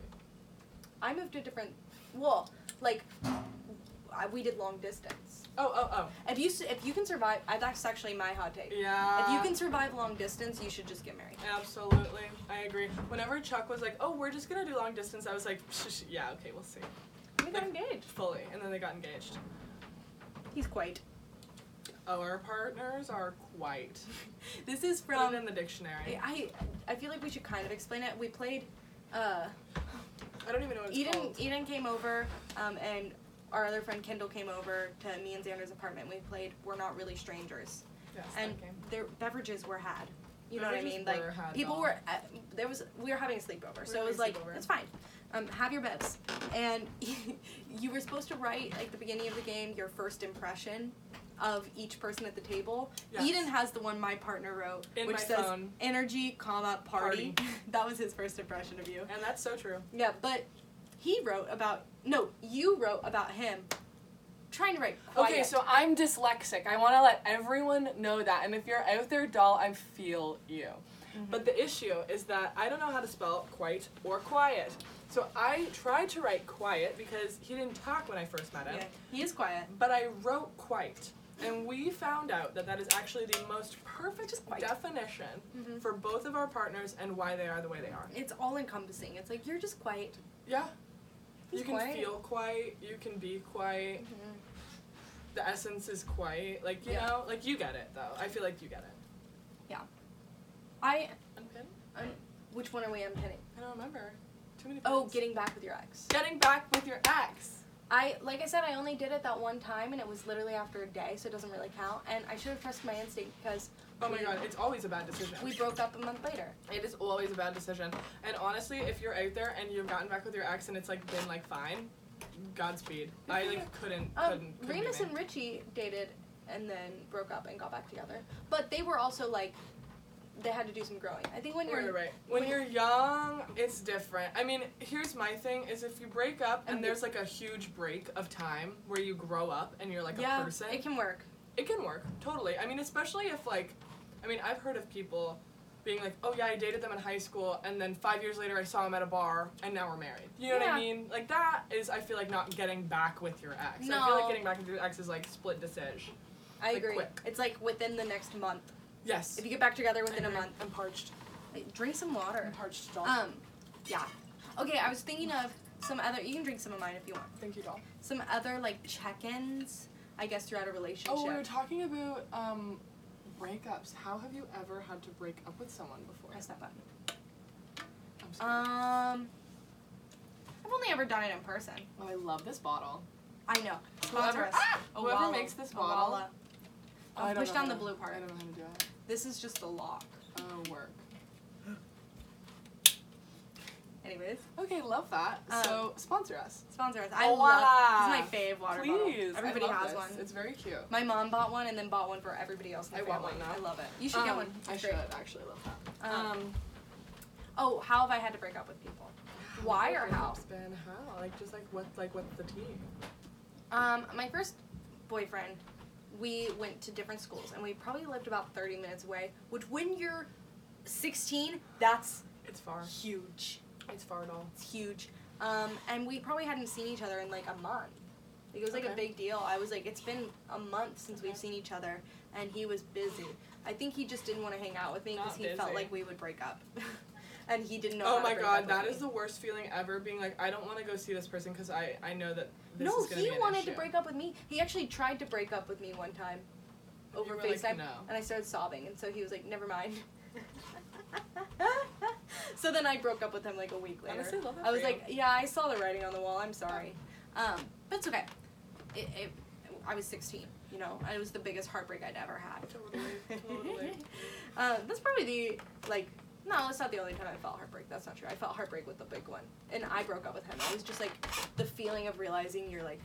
Speaker 2: I moved to a different. Well, like I, we did long distance.
Speaker 1: Oh, oh, oh.
Speaker 2: If you s- if you can survive, I, that's actually my hot take.
Speaker 1: Yeah.
Speaker 2: If you can survive long distance, you should just get married.
Speaker 1: Absolutely, I agree. Whenever Chuck was like, "Oh, we're just gonna do long distance," I was like, "Shh, shh, "Yeah, okay, we'll see."
Speaker 2: We got engaged.
Speaker 1: Fully, and then they got engaged.
Speaker 2: He's quite.
Speaker 1: Our partners are quite.
Speaker 4: This is
Speaker 1: Put
Speaker 4: from
Speaker 1: it in the dictionary.
Speaker 2: I I feel like we should kind of explain it. We played. Uh,
Speaker 1: I don't even know what it's
Speaker 2: Eden
Speaker 1: called.
Speaker 2: Eden came over, um, and our other friend Kendall came over to me and Xander's apartment. We played We're Not Really Strangers,
Speaker 1: Yes, that
Speaker 2: and
Speaker 1: game.
Speaker 2: their beverages were had. You know what
Speaker 1: Beverages
Speaker 2: I mean? Like
Speaker 1: were had,
Speaker 2: people
Speaker 1: doll.
Speaker 2: were uh, there was we were having a sleepover, so it
Speaker 1: having
Speaker 2: was
Speaker 1: a
Speaker 2: like
Speaker 1: sleepover.
Speaker 2: it's fine. Um, have your bevs, and you were supposed to write like the beginning of the game your first impression of each person at the table.
Speaker 1: Yes.
Speaker 2: Eden has the one my partner wrote,
Speaker 1: In
Speaker 2: which
Speaker 1: my
Speaker 2: says
Speaker 1: phone.
Speaker 2: energy, comma party.
Speaker 1: Party.
Speaker 2: that was his first impression of you.
Speaker 1: And that's so true.
Speaker 2: Yeah, but he wrote about no, you wrote about him trying to write quiet.
Speaker 5: Okay, so I'm dyslexic. I want to let everyone know that. And if you're out there, doll, I feel you.
Speaker 2: Mm-hmm.
Speaker 1: But the issue is that I don't know how to spell quite or quiet. So I tried to write quiet because he didn't talk when I first met him.
Speaker 2: yeah, he is quiet.
Speaker 1: But I wrote quite. And we found out that that is actually the most perfect
Speaker 2: quite. Mm-hmm.
Speaker 1: definition
Speaker 5: Mm-hmm.
Speaker 1: for both of our partners and why they are the way they are.
Speaker 2: It's all encompassing. It's like you're just quiet.
Speaker 1: Yeah.
Speaker 2: He's
Speaker 1: you can
Speaker 2: quiet.
Speaker 1: feel quiet, you can be quiet.
Speaker 5: Mm-hmm.
Speaker 1: The essence is quiet. Like, you
Speaker 2: Yeah.
Speaker 1: know, like you get it though. I feel like you get it.
Speaker 2: I
Speaker 1: Unpin?
Speaker 2: which one are we unpinning?
Speaker 1: I don't remember. Too many
Speaker 2: Oh,
Speaker 1: pins.
Speaker 2: getting back with your ex.
Speaker 1: getting back with your ex.
Speaker 2: I like I said I only did it that one time and it was literally after a day, so it doesn't really count. And I should have trusted my instinct because
Speaker 1: Oh my
Speaker 2: we-
Speaker 1: god, it's always a bad decision.
Speaker 2: we broke up a month later.
Speaker 1: It is always a bad decision. And honestly, if you're out there and you've gotten back with your ex and it's like been like fine, Godspeed. I like couldn't
Speaker 2: Um,
Speaker 1: couldn't, couldn't
Speaker 2: Remus
Speaker 1: do
Speaker 2: and Richie dated and then broke up and got back together. But they were also like they had to do some growing. I think when
Speaker 1: that. Right,
Speaker 2: you're
Speaker 1: right, right. When
Speaker 2: when-
Speaker 1: you're young, it's different. I mean, here's my thing: is if you break up and
Speaker 2: And-
Speaker 1: there's like a huge break of time where you grow up and you're like
Speaker 2: yeah,
Speaker 1: a person,
Speaker 2: it can work.
Speaker 1: it can work totally i mean especially if like i mean i've heard of people being like oh yeah i dated them in high school and then five years later i saw them at a bar and now we're married you know what i
Speaker 2: Yeah.
Speaker 1: mean like that is i feel like not getting back with your ex i feel like
Speaker 2: No.
Speaker 1: getting back with your ex is like split decision
Speaker 2: I
Speaker 1: Like,
Speaker 2: agree.
Speaker 1: quick.
Speaker 2: It's like within the next month.
Speaker 1: yes
Speaker 2: If you get back together within
Speaker 1: I
Speaker 2: a
Speaker 1: agree.
Speaker 2: month,
Speaker 1: i'm parched
Speaker 2: drink some
Speaker 1: i'm
Speaker 2: water.
Speaker 1: parched doll
Speaker 2: Um, yeah. Okay, I was thinking of some other. You can drink some of mine if you want.
Speaker 1: thank you doll
Speaker 2: Some other like check-ins, I guess, throughout a relationship.
Speaker 1: oh we were talking about um breakups how have you ever had to break up with someone before
Speaker 2: Press that button.
Speaker 1: I'm sorry.
Speaker 2: Um, I've only ever done it in person.
Speaker 1: oh, i love this bottle
Speaker 2: I know.
Speaker 1: whoever,
Speaker 2: Sponsor us.
Speaker 1: ah, whoever
Speaker 2: Owala.
Speaker 1: makes this bottle
Speaker 2: Owala.
Speaker 1: Oh,
Speaker 2: Oh,
Speaker 1: I don't
Speaker 2: push
Speaker 1: know
Speaker 2: down
Speaker 1: how
Speaker 2: the
Speaker 1: to-
Speaker 2: blue
Speaker 1: I
Speaker 2: part.
Speaker 1: don't know how to do it.
Speaker 2: This is just the lock.
Speaker 1: Oh, work.
Speaker 2: Anyways,
Speaker 1: Okay, love that.
Speaker 2: Um,
Speaker 1: so sponsor us.
Speaker 2: sponsor us. I
Speaker 1: Oh, voila.
Speaker 2: love. This is my fave water bottle.
Speaker 1: Please. I
Speaker 2: Everybody
Speaker 1: love
Speaker 2: has
Speaker 1: this.
Speaker 2: one.
Speaker 1: It's very cute.
Speaker 2: My mom bought one and then bought one for everybody else. In the
Speaker 1: I want
Speaker 2: family.
Speaker 1: one now.
Speaker 2: I love it. You should get
Speaker 1: Um,
Speaker 2: one.
Speaker 1: I
Speaker 2: It's
Speaker 1: should
Speaker 2: great.
Speaker 1: actually love that.
Speaker 2: Um, oh, how have I had to break up with people? Why or how?
Speaker 1: Been how? Like just like what like what's the tea?
Speaker 2: Um, my first boyfriend, we went to different schools and we probably lived about thirty minutes away. Which when you're sixteen, that's
Speaker 1: It's far.
Speaker 2: huge.
Speaker 1: It's far doll.
Speaker 2: It's huge. Um, and we probably hadn't seen each other in like a month. Like, it was like
Speaker 1: Okay.
Speaker 2: a big deal. I was like, it's been a month since we've seen each other, and he was busy. I think he just didn't want to hang out with me because
Speaker 1: Not
Speaker 2: he felt
Speaker 1: busy.
Speaker 2: like we would break up, and he didn't know.
Speaker 1: Oh
Speaker 2: how
Speaker 1: my
Speaker 2: to break
Speaker 1: god,
Speaker 2: up
Speaker 1: that
Speaker 2: with
Speaker 1: is the worst feeling ever. Being like, I don't want to go see this person because I I know that
Speaker 2: me.
Speaker 1: this
Speaker 2: no.
Speaker 1: is gonna
Speaker 2: He
Speaker 1: be an
Speaker 2: wanted
Speaker 1: issue.
Speaker 2: to break up with me. He actually tried to break up with me one time,
Speaker 1: And you
Speaker 2: over
Speaker 1: were like,
Speaker 2: FaceTime,
Speaker 1: no.
Speaker 2: and I started sobbing, and so he was like, never mind. So then I broke up with him like a week later.
Speaker 1: Honestly, love that
Speaker 2: I was
Speaker 1: for you.
Speaker 2: like, yeah, I saw the writing on the wall. I'm sorry, um, but it's okay. It, it, I was 16. You know, it was the biggest heartbreak I'd ever had.
Speaker 1: Totally, totally.
Speaker 2: uh, that's probably the like. No, it's not the only time I felt heartbreak. That's not true. I felt heartbreak with the big one, and I broke up with him. It was just like the feeling of realizing you're like,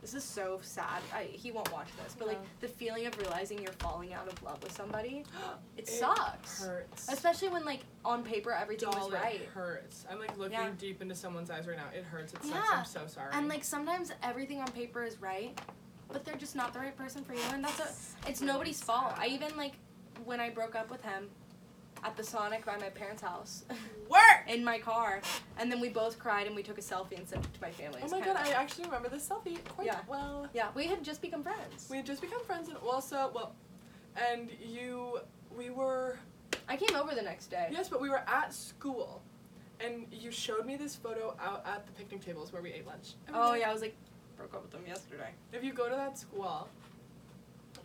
Speaker 2: this is so sad. I, he won't watch this, but
Speaker 6: No.
Speaker 2: like the feeling of realizing you're falling out of love with somebody, it,
Speaker 1: It
Speaker 2: sucks.
Speaker 1: hurts.
Speaker 2: Especially when like on paper everything
Speaker 1: Doll,
Speaker 2: was right.
Speaker 1: It hurts. I'm like looking
Speaker 2: Yeah.
Speaker 1: deep into someone's eyes right now. It hurts. It sucks.
Speaker 2: Yeah.
Speaker 1: I'm so sorry.
Speaker 2: And like sometimes everything on paper is right, but they're just not the right person for you, and that's a, it's nobody's fault. I even like when I broke up with him at the Sonic by my parents' house
Speaker 6: Work.
Speaker 2: in my car, and then we both cried and we took a selfie and sent it to my family.
Speaker 6: Oh
Speaker 2: It was
Speaker 6: my
Speaker 2: kinda
Speaker 6: god, I
Speaker 2: funny.
Speaker 6: actually remember this selfie quite
Speaker 2: Yeah.
Speaker 6: well.
Speaker 2: yeah, we had just become friends.
Speaker 1: we had just become friends, and also well, and you, we were
Speaker 2: I came over the next day.
Speaker 1: yes, but we were at school, and you showed me this photo out at the picnic tables where we ate lunch. And we were
Speaker 2: Oh
Speaker 1: like,
Speaker 2: yeah, I was like broke up with them yesterday.
Speaker 1: If you go to that school,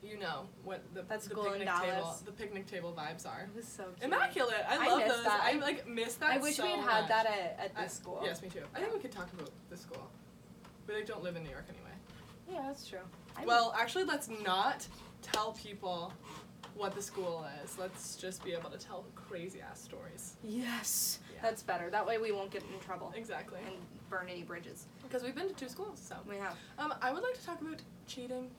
Speaker 1: you know what the
Speaker 2: That
Speaker 1: the
Speaker 2: school in
Speaker 1: picnic table
Speaker 2: Dallas.
Speaker 1: the picnic table vibes are.
Speaker 2: It was so cute.
Speaker 1: Immaculate. I
Speaker 2: I
Speaker 1: love
Speaker 2: miss
Speaker 1: those.
Speaker 2: that.
Speaker 1: I like miss that.
Speaker 2: I wish
Speaker 1: so
Speaker 2: we had
Speaker 1: much.
Speaker 2: had that at, at
Speaker 1: I-
Speaker 2: this school.
Speaker 1: Yes, me too. I think we could talk about the school. We like don't live in New York anyway.
Speaker 2: Yeah, that's true. I
Speaker 1: Well, actually, let's not tell people what the school is. Let's just be able to tell crazy ass stories.
Speaker 2: yes,
Speaker 1: Yeah.
Speaker 2: that's better. That way we won't get in trouble.
Speaker 1: Exactly.
Speaker 2: and burn any bridges.
Speaker 1: Because we've been to two schools, so.
Speaker 2: We have.
Speaker 1: Um, I would like to talk about cheating.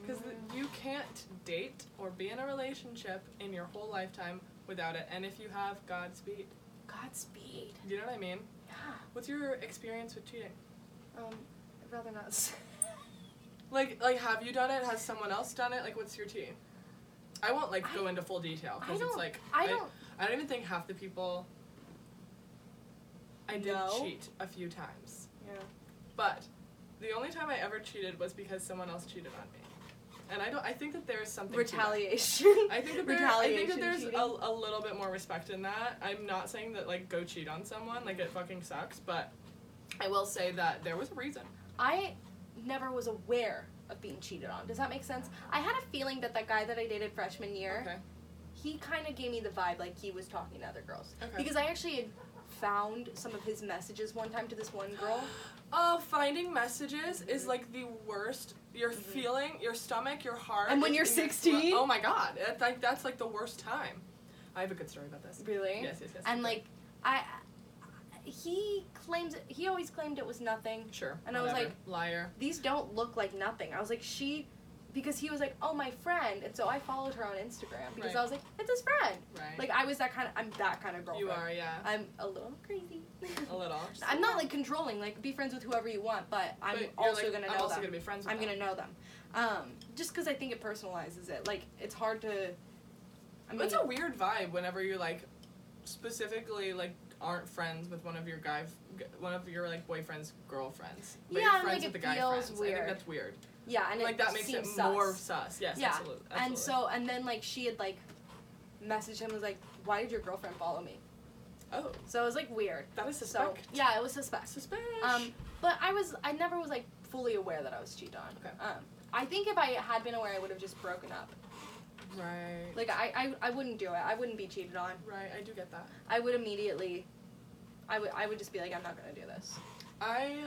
Speaker 1: Because
Speaker 2: Mm.
Speaker 1: you can't date or be in a relationship in your whole lifetime without it. And if you have, Godspeed.
Speaker 2: Godspeed.
Speaker 1: You know what I mean?
Speaker 2: Yeah.
Speaker 1: What's your experience with cheating?
Speaker 2: Um, I'd rather not. s-
Speaker 1: Like, like, have you done it? Has someone else done it? Like, what's your tea? I won't like go
Speaker 2: I-
Speaker 1: into full detail
Speaker 2: I
Speaker 1: because Oh, it's
Speaker 2: don't-
Speaker 1: like
Speaker 2: I don't.
Speaker 1: I don't even think half the people. I did
Speaker 2: No.
Speaker 1: cheat a few times,
Speaker 2: Yeah.
Speaker 1: but the only time I ever cheated was because someone else cheated on me, and I don't. I think that there's something to that.
Speaker 2: Retaliation.
Speaker 1: I think that there, I think that there's a, a little bit more respect in that. I'm not saying that like go cheat on someone, like it fucking sucks, but I will say that there was a reason.
Speaker 2: I never was aware of being cheated on. Does that make sense? I had a feeling that that guy that I dated freshman year,
Speaker 1: Okay.
Speaker 2: he kind of gave me the vibe like he was talking to other girls.
Speaker 1: Okay.
Speaker 2: Because I actually had found some of his messages one time to this one girl.
Speaker 1: Oh, finding messages is
Speaker 2: Mhm.
Speaker 1: like the worst. You're
Speaker 2: Mhm.
Speaker 1: feeling your stomach, your heart.
Speaker 2: And when
Speaker 1: is
Speaker 2: you're
Speaker 1: in your throat.
Speaker 2: 16?
Speaker 1: oh my god, that's like that's like the worst time. I have a good story about this.
Speaker 2: Really?
Speaker 1: Yes, yes, yes.
Speaker 2: And like, I. He claims he always claimed it was nothing.
Speaker 1: sure.
Speaker 2: and I was
Speaker 1: whatever.
Speaker 2: like-
Speaker 1: liar.
Speaker 2: these don't look like nothing. I was like, she, because he was like, oh, my friend. And so I followed her on Instagram because
Speaker 1: Right.
Speaker 2: I was like, it's his friend.
Speaker 1: Right.
Speaker 2: Like, I was that kind of, I'm that kind of girlfriend.
Speaker 1: you are, yeah.
Speaker 2: I'm a little crazy.
Speaker 1: A little. Just
Speaker 2: I'm not like controlling, like, be friends with whoever you want, but I'm
Speaker 1: But you're
Speaker 2: also
Speaker 1: like,
Speaker 2: gonna know
Speaker 1: I'm also
Speaker 2: them.
Speaker 1: gonna be friends with
Speaker 2: I'm
Speaker 1: them.
Speaker 2: gonna know them. Um, just because I think it personalizes it. Like, it's hard to. I mean,
Speaker 1: it's a weird vibe whenever you like specifically like aren't friends with one of your guy g- one of your like boyfriend's girlfriends.
Speaker 2: Yeah,
Speaker 1: But you're
Speaker 2: and, like,
Speaker 1: friends
Speaker 2: it
Speaker 1: with the guy
Speaker 2: feels
Speaker 1: friends. I
Speaker 2: weird.
Speaker 1: think that's weird.
Speaker 2: yeah, and it
Speaker 1: like that makes it
Speaker 2: seems sus.
Speaker 1: more sus. Yes,
Speaker 2: Yeah.
Speaker 1: absolutely. absolutely.
Speaker 2: And so, and then like she had like messaged him was like, why did your girlfriend follow me?
Speaker 1: Oh.
Speaker 2: So it was like weird.
Speaker 1: That is
Speaker 2: So
Speaker 1: suspect.
Speaker 2: yeah, it was suspect.
Speaker 1: Suspect.
Speaker 2: Um, but I was I never was like fully aware that I was cheated on.
Speaker 1: Okay.
Speaker 2: Um, I think if I had been aware, I would have just broken up.
Speaker 1: right.
Speaker 2: Like I, I I wouldn't do it. I wouldn't be cheated on.
Speaker 1: Right. I do get that.
Speaker 2: I would immediately. I would I would just be like I'm not gonna do this.
Speaker 1: I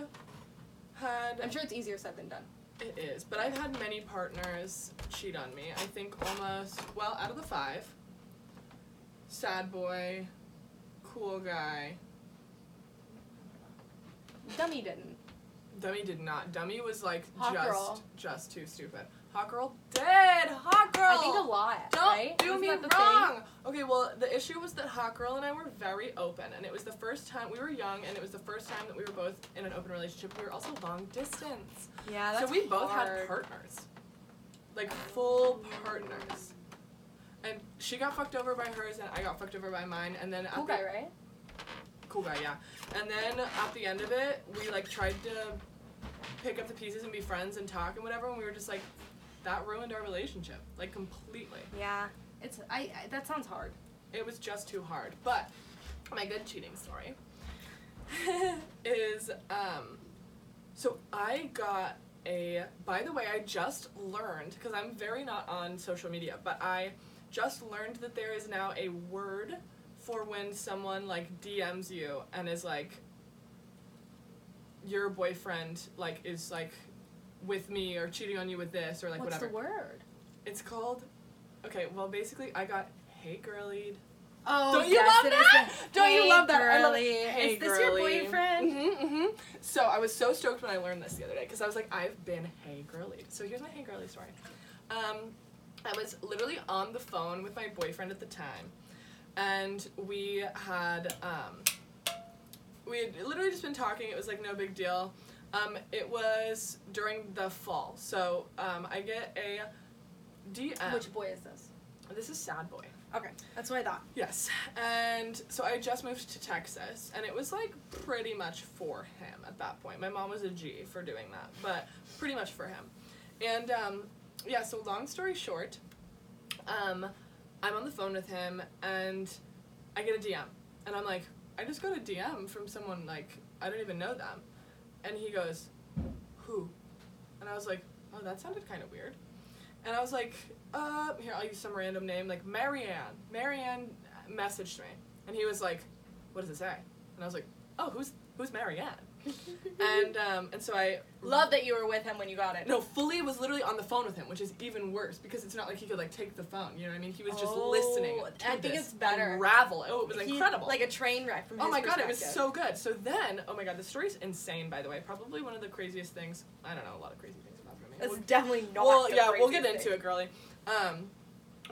Speaker 1: had.
Speaker 2: I'm sure it's easier said than done.
Speaker 1: it is, but I've had many partners cheat on me. I think almost well out of the five. Sad boy, cool guy.
Speaker 2: Dummy didn't.
Speaker 1: Dummy did not. Dummy was like
Speaker 2: Hot
Speaker 1: just
Speaker 2: girl.
Speaker 1: just too stupid. Hot girl dead. Hot girl.
Speaker 2: I think a lot.
Speaker 1: Don't
Speaker 2: right?
Speaker 1: do
Speaker 2: Wasn't
Speaker 1: me
Speaker 2: that the
Speaker 1: wrong. Okay, well, the issue was that Hot Girl and I were very open, and it was the first time we were young, and it was the first time that we were both in an open relationship. We were also long distance,
Speaker 2: Thing? Yeah. Ah, That's
Speaker 1: so we both had
Speaker 2: hard.
Speaker 1: partners, like full partners. And she got fucked over by hers, and I got fucked over by mine, and then at
Speaker 2: Cool
Speaker 1: the,
Speaker 2: guy, right?
Speaker 1: cool guy, yeah. And then at the end of it, we like tried to pick up the pieces and be friends and talk and whatever, and we were just like, that ruined our relationship, like completely.
Speaker 2: Yeah. It's I, I that sounds hard.
Speaker 1: it was just too hard. But my good cheating story is um so I got a by the way, I just learned because I'm very not on social media, but I just learned that there is now a word for when someone like DMs you and is like, your boyfriend like is like with me or cheating on you with this or like
Speaker 2: What's
Speaker 1: whatever.
Speaker 2: the word?
Speaker 1: It's called. Okay, well basically I got hey girlied.
Speaker 2: Oh,
Speaker 6: Don't you love that? Don't you love that? I love-
Speaker 1: Hey,
Speaker 2: Is this your
Speaker 1: girly.
Speaker 2: boyfriend?
Speaker 6: Mm-hmm, mm-hmm.
Speaker 1: So I was so stoked when I learned this the other day because I was like, I've been hey girly. So here's my hey girly story. Um, I was literally on the phone with my boyfriend at the time, and we had um, we had literally just been talking. It was like no big deal. Um, it was during the fall, so um, I get a DM.
Speaker 7: Which boy is this?
Speaker 1: this is sad boy.
Speaker 2: Okay, that's what I thought.
Speaker 1: Yes. And so I just moved to Texas, and it was like pretty much for him at that point. My mom was a G for doing that, but pretty much for him. And um, yeah, so long story short, um, I'm on the phone with him, and I get a DM. And I'm like, I just got a DM from someone, like, I don't even know them. And he goes, Who? And I was like, Oh, that sounded kind of weird. And I was like, uh, here, I'll use some random name, like Marianne. Marianne messaged me. And he was like, what does it say? And I was like, oh, who's who's Marianne? and
Speaker 2: uh,
Speaker 1: um, and so I
Speaker 7: Love that you were with him when you got it.
Speaker 1: no, fully was literally on the phone with him, which is even worse because it's not like he could like take the phone. You know what I mean? He was just
Speaker 7: Oh,
Speaker 1: listening.
Speaker 7: I
Speaker 1: to
Speaker 7: think
Speaker 1: this
Speaker 7: it's better.
Speaker 1: Unravel. Oh, it was
Speaker 7: He-
Speaker 1: incredible.
Speaker 7: Like a train wreck from
Speaker 1: Oh
Speaker 7: his
Speaker 1: my god, it was
Speaker 7: perspective.
Speaker 1: so good. So then, oh my god, the story's insane. By the way, probably one of the craziest things. I don't know a lot of crazy things about me.
Speaker 7: It's definitely not.
Speaker 1: well,
Speaker 7: the
Speaker 1: yeah, we'll
Speaker 7: craziest
Speaker 1: get into
Speaker 7: thing.
Speaker 1: it, girly. Um,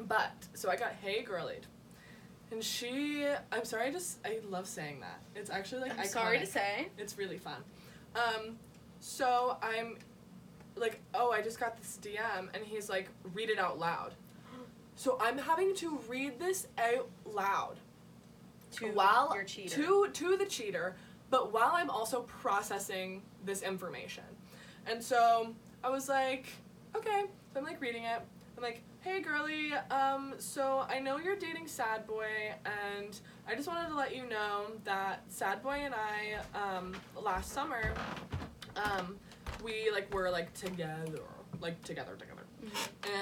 Speaker 1: but so I got hey girlied, and she. I'm sorry, I just I love saying that. It's actually like
Speaker 7: I'm sorry to
Speaker 1: iconic.
Speaker 7: say.
Speaker 1: It's really fun. Um, so I'm like, oh, I just got this DM, and he's like, read it out loud. So I'm having to read this out loud
Speaker 7: To
Speaker 1: while
Speaker 7: your cheater.
Speaker 1: to to the cheater, but while I'm also processing this information. And so I was like, okay. So I'm like reading it. I'm like, hey girly, um, so I know you're dating Sad Boy, and I just wanted to let you know that Sad Boy and I, um, last summer, um, we like were like together, like together, together.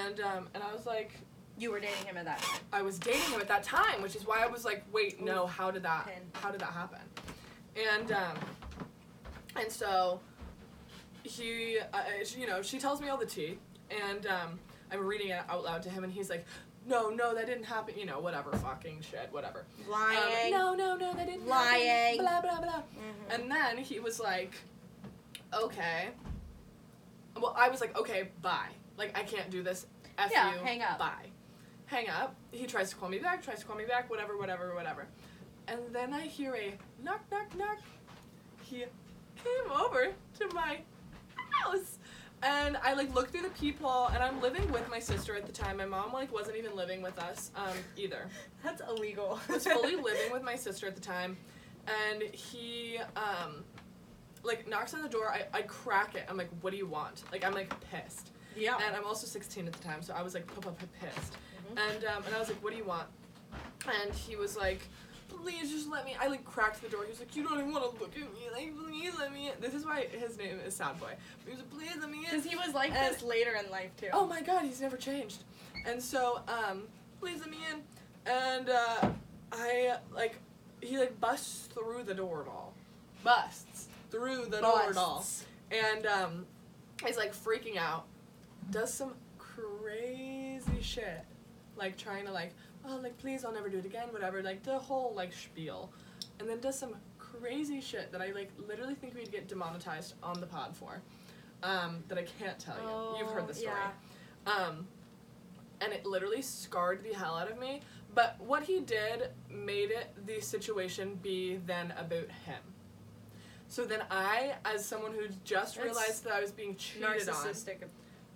Speaker 1: And um, and I was like,
Speaker 7: Mm-hmm. You were dating him at that time.
Speaker 1: I was dating him at that time, which is why I was like, wait, no, how did that
Speaker 7: Pin.
Speaker 1: how did that happen? And um and so he uh, uh, she- you know, she tells me all the tea and um I'm reading it out loud to him and he's like, "No, no, that didn't happen." You know, whatever fucking shit, whatever. Um,
Speaker 7: Lying.
Speaker 1: no, no, no, that didn't
Speaker 7: Lying.
Speaker 1: happen. Blah blah blah.
Speaker 7: Mhm.
Speaker 1: And then he was like, "Okay." Well, I was like, "Okay, bye." Like I can't do this. F
Speaker 7: Yeah,
Speaker 1: you.
Speaker 7: hang up.
Speaker 1: Bye. Hang up. He tries to call me back. Tries to call me back. Whatever, whatever, whatever. And then I hear a knock, knock, knock. He came over to my house. And I like looked through the peephole, and I'm living with my sister at the time. My mom like wasn't even living with us um, either
Speaker 7: That's illegal.
Speaker 1: was fully living with my sister at the time, and he um, like knocks on the door. I, I crack it. I'm like, what do you want? Like I'm like pissed,
Speaker 2: Oh.
Speaker 7: Yeah.
Speaker 1: and I'm also 16 at the time, so I was like p- p- p- pissed, and um, and I was like, what do you want? And he was like, please just let me. I like cracked the door. He was like, you don't even want to look at me. Like please let me. In. This is why his name is Sad Boy. He was like, please let me in.
Speaker 7: Because he was like
Speaker 1: And-
Speaker 7: this later in life too.
Speaker 1: Oh my god, he's never changed. And so, um, please let me in. And uh, I like he like busts through the door at all. Busts through the door at all.
Speaker 7: Busts.
Speaker 1: And um he's like freaking out. Does some crazy shit. Like trying to like, oh like please I'll never do it again, whatever, like the whole like spiel. And then does some crazy shit that I like literally think we'd get demonetized on the pod for. Um, that I can't tell you. You've heard the story.
Speaker 7: Oh, Yeah.
Speaker 1: Um, and it literally scarred the hell out of me. But what he did made it the situation be then about him. So then I, as someone who just
Speaker 7: That's
Speaker 1: realized that I was being cheated on,
Speaker 7: Narcissistic.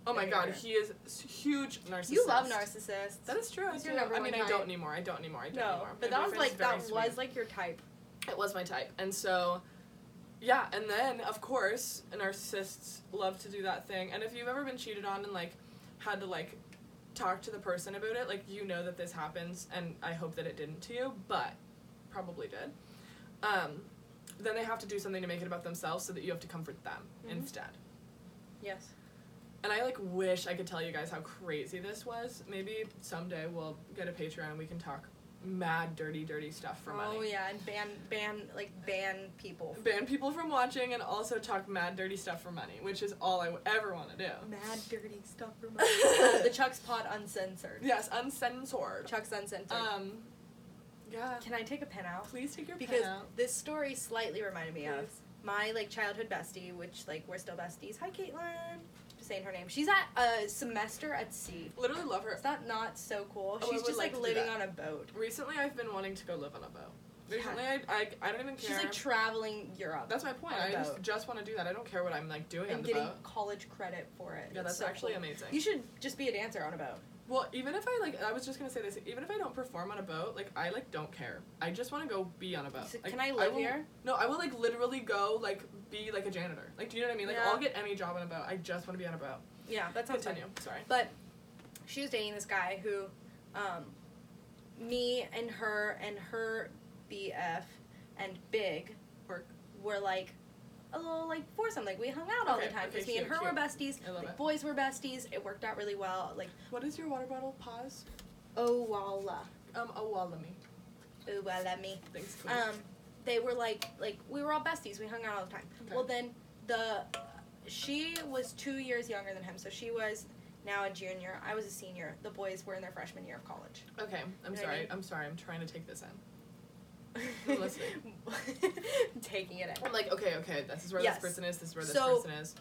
Speaker 1: oh my god,
Speaker 7: behavior.
Speaker 1: he is s- huge narcissist.
Speaker 7: You love narcissists.
Speaker 1: That is true. I,
Speaker 7: He's your
Speaker 1: do.
Speaker 7: number
Speaker 1: I mean,
Speaker 7: one
Speaker 1: I don't
Speaker 7: type.
Speaker 1: anymore. I don't anymore. I don't
Speaker 7: no,
Speaker 1: anymore.
Speaker 7: but
Speaker 1: My
Speaker 7: that was
Speaker 1: boyfriend's
Speaker 7: like that
Speaker 1: very
Speaker 7: was
Speaker 1: sweet.
Speaker 7: like your type.
Speaker 1: It was my type. And so, yeah, and then, of course, narcissists love to do that thing. And if you've ever been cheated on and, like, had to, like, talk to the person about it, like, you know that this happens, and I hope that it didn't to you, but probably did. Um, then they have to do something to make it about themselves so that you have to comfort them
Speaker 7: Mhm.
Speaker 1: instead.
Speaker 7: Yes.
Speaker 1: And I like wish I could tell you guys how crazy this was. Maybe someday we'll get a Patreon and we can talk mad dirty, dirty stuff for money.
Speaker 2: Oh yeah, and ban ban like ban people.
Speaker 1: Ban people from watching and also talk mad dirty stuff for money, which is all I w- ever want to do.
Speaker 2: Mad dirty stuff from uh, the Chuck's Pod uncensored.
Speaker 1: Yes, uncensored.
Speaker 2: Chuck's uncensored.
Speaker 1: Um, yeah.
Speaker 2: Can I take a pen out?
Speaker 1: Please take your
Speaker 2: Because
Speaker 1: pen out.
Speaker 2: this story slightly reminded me of
Speaker 1: please.
Speaker 2: my like childhood bestie, which like we're still besties. Hi, Caitlin. Just saying her name. She's at a semester at sea.
Speaker 1: Literally love her.
Speaker 2: Is that not so cool?
Speaker 1: Oh, I
Speaker 2: She's
Speaker 1: would
Speaker 2: just like,
Speaker 1: like to do
Speaker 2: living on
Speaker 1: that.
Speaker 2: a boat.
Speaker 1: Recently, I've been wanting to go live on a boat.
Speaker 2: Yeah.
Speaker 1: Recently, I, I, I don't even care.
Speaker 2: She's like traveling Europe
Speaker 1: That's my point.
Speaker 2: on a
Speaker 1: I just
Speaker 2: boat.
Speaker 1: just want to do that. I don't care what I'm like doing on
Speaker 2: and
Speaker 1: the
Speaker 2: getting
Speaker 1: boat.
Speaker 2: college credit for it.
Speaker 1: Yeah,
Speaker 2: It's
Speaker 1: that's
Speaker 2: so
Speaker 1: actually
Speaker 2: cool.
Speaker 1: amazing.
Speaker 2: You should just be a dancer on a boat.
Speaker 1: Well, even if I like, I was just gonna say this. Even if I don't perform on a boat, like I like don't care. I just want to go be on a boat.
Speaker 2: So,
Speaker 1: Like,
Speaker 2: can I live
Speaker 1: will-
Speaker 2: here?
Speaker 1: No, I will like literally go like be like a janitor. Like, do you know what I mean? Like,
Speaker 2: Yeah.
Speaker 1: I'll get any job on a boat. I just want to be on a boat.
Speaker 2: Yeah, that sounds
Speaker 1: Continue. Sorry.
Speaker 2: But she was dating this guy who, um, me and her and her BF and Big were, were like a little like foursome. Like we hung out all
Speaker 1: Okay,
Speaker 2: the time
Speaker 1: okay,
Speaker 2: because me and her
Speaker 1: cute,
Speaker 2: were besties.
Speaker 1: I love
Speaker 2: like
Speaker 1: it.
Speaker 2: boys were besties. It worked out really well. Like
Speaker 1: What is your water bottle? Pause.
Speaker 2: oh walla,
Speaker 1: Um, oh well, let me.
Speaker 2: oh well, let me.
Speaker 1: Thanks. Queen.
Speaker 2: Um, they were like like we were all besties. We hung out all the time.
Speaker 1: Okay.
Speaker 2: Well then the she was two years younger than him, so she was now a junior. I was a senior. The boys were in their freshman year of college.
Speaker 1: okay. I'm
Speaker 2: you know what I
Speaker 1: sorry.
Speaker 2: mean?
Speaker 1: I'm sorry. I'm trying to take this in. I'm listening.
Speaker 2: Taking it in.
Speaker 1: I'm like, okay, okay. This is where
Speaker 2: Yes.
Speaker 1: this person is. This is where this
Speaker 2: So-
Speaker 1: person is.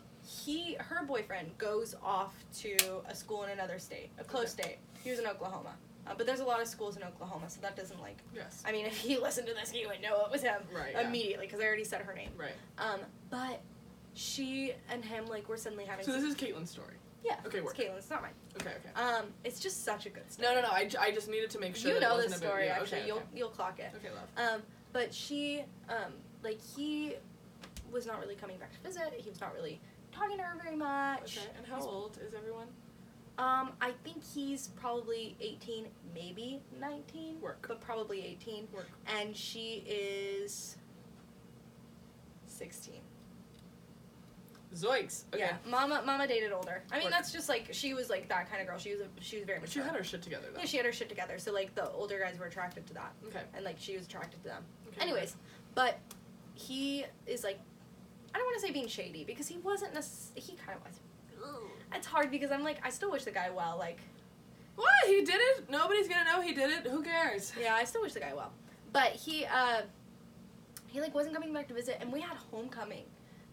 Speaker 2: He, her boyfriend, goes off to a school in another state, a close state. He was in Oklahoma, uh, but there's a lot of schools in Oklahoma, so that doesn't like.
Speaker 1: Yes.
Speaker 2: I mean, if he listened to this, he would know it was him immediately, 'cause
Speaker 1: Right. yeah.
Speaker 2: immediately because I already said her name.
Speaker 1: Right.
Speaker 2: Um, but she and him like were suddenly having.
Speaker 1: So this is Caitlin's story.
Speaker 2: yeah.
Speaker 1: okay,
Speaker 2: it's
Speaker 1: work.
Speaker 2: Caitlin. It's not mine.
Speaker 1: Okay. Okay.
Speaker 2: Um, it's just such a good story.
Speaker 1: No, no, no. I, j- I just needed to make sure
Speaker 2: you
Speaker 1: that
Speaker 2: know
Speaker 1: it
Speaker 2: this
Speaker 1: wasn't
Speaker 2: story
Speaker 1: about you.
Speaker 2: actually.
Speaker 1: Okay,
Speaker 2: You'll
Speaker 1: okay.
Speaker 2: you'll clock it.
Speaker 1: okay, love.
Speaker 2: Um, but she, um, like he was not really coming back to visit. He was not really talking to her very much.
Speaker 1: Okay, and how
Speaker 2: He's-
Speaker 1: old is everyone?
Speaker 2: Um, I think he's probably 18, maybe 19,
Speaker 1: Work.
Speaker 2: but probably 18.
Speaker 1: Work.
Speaker 2: And she is 16.
Speaker 1: Zoinks. Okay.
Speaker 2: Yeah, mama, mama dated older. I mean,
Speaker 1: Work.
Speaker 2: that's just like she was like that kind of girl. She was a, she was very
Speaker 1: But
Speaker 2: mature.
Speaker 1: she had her shit together though.
Speaker 2: yeah, she had her shit together. So like the older guys were attracted to that,
Speaker 1: okay.
Speaker 2: and like she was attracted to them.
Speaker 1: okay.
Speaker 2: Anyways, but he is like, I don't want to say being shady because he wasn't necess- He kind of was. It's hard because I'm like, I still wish the guy well. Like,
Speaker 1: What? He did it? Nobody's gonna know he did it. Who cares?
Speaker 2: yeah, I still wish the guy well. But he, uh, he like wasn't coming back to visit, and we had homecoming,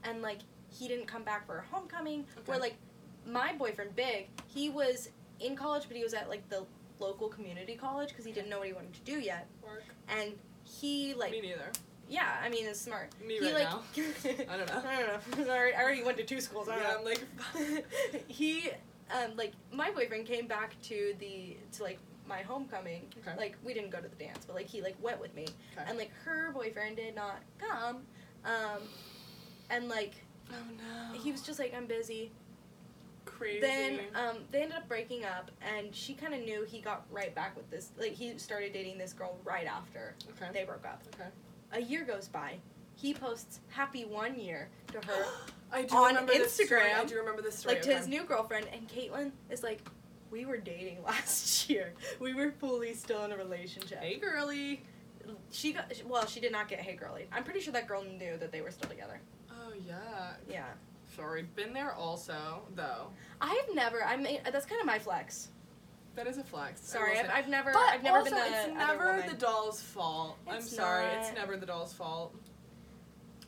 Speaker 2: and like he didn't come back for homecoming. Where
Speaker 1: Okay.
Speaker 2: like my boyfriend Big, he was in college, but he was at like the local community college because he didn't know what he wanted to do yet,
Speaker 1: Work.
Speaker 2: and he like
Speaker 1: Me neither.
Speaker 2: yeah, I mean it's smart.
Speaker 1: Me
Speaker 2: he
Speaker 1: right
Speaker 2: like
Speaker 1: now.
Speaker 2: I
Speaker 1: I don't know.
Speaker 2: don't know. I already- I already went to two schools. I don't
Speaker 1: Yeah,
Speaker 2: know.
Speaker 1: I'm like.
Speaker 2: he um like my boyfriend came back to the to like my homecoming
Speaker 1: Okay.
Speaker 2: like we didn't go to the dance but like he like went with me
Speaker 1: Okay.
Speaker 2: and like her boyfriend did not come um and like
Speaker 1: oh no.
Speaker 2: he was just like i'm busy
Speaker 1: crazy.
Speaker 2: then um they ended up breaking up and she kind of knew he got right back with this like he started dating this girl right after
Speaker 1: okay.
Speaker 2: they broke up
Speaker 1: okay.
Speaker 2: a year goes by he posts happy one year to her
Speaker 1: I do
Speaker 2: on
Speaker 1: remember this story. I
Speaker 2: Instagram,
Speaker 1: do remember this story.
Speaker 2: like to
Speaker 1: okay.
Speaker 2: his new girlfriend and caitlyn is like we were dating last year we were fully still in a relationship
Speaker 1: Hey girly.
Speaker 2: she got well she did not get hey girly i'm pretty sure that girl knew that they were still together
Speaker 1: Oh yeah.
Speaker 2: yeah
Speaker 1: Sorry. Been there also though.
Speaker 2: i've never i mean that's kind of my flex
Speaker 1: That is a flex. I will
Speaker 2: sorry
Speaker 1: say.
Speaker 2: i've, I've never
Speaker 1: But
Speaker 2: i've never
Speaker 1: also,
Speaker 2: been the
Speaker 1: it's
Speaker 2: other
Speaker 1: never
Speaker 2: woman.
Speaker 1: the doll's fault. I'm
Speaker 2: It's
Speaker 1: sorry,
Speaker 2: not.
Speaker 1: it's never the doll's fault.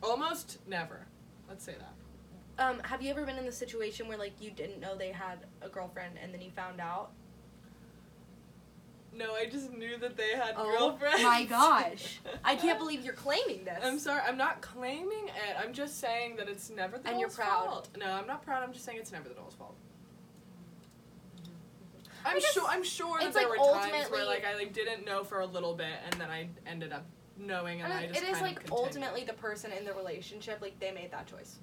Speaker 1: Almost never. Let's say that.
Speaker 2: um have you ever been in the situation where like you didn't know they had a girlfriend and then you found out
Speaker 1: No, I just knew that they had
Speaker 8: Oh
Speaker 1: girlfriends.
Speaker 8: my gosh.
Speaker 2: i can't believe you're claiming this
Speaker 1: I'm sorry. I'm not claiming it. I'm just saying that it's never the
Speaker 2: And you're
Speaker 1: doll's
Speaker 2: proud.
Speaker 1: fault. No, I'm not proud. I'm just saying it's never the doll's fault.
Speaker 2: I
Speaker 1: I'm
Speaker 2: guess
Speaker 1: sure. I'm sure that
Speaker 2: it's
Speaker 1: there
Speaker 2: like
Speaker 1: were times
Speaker 2: ultimately-
Speaker 1: where like I like didn't know for a little bit, and then I ended up knowing,
Speaker 2: I
Speaker 1: and I,
Speaker 2: mean,
Speaker 1: just
Speaker 2: it is
Speaker 1: kind
Speaker 2: like
Speaker 1: of continued.
Speaker 2: ultimately the person in the relationship like they made that choice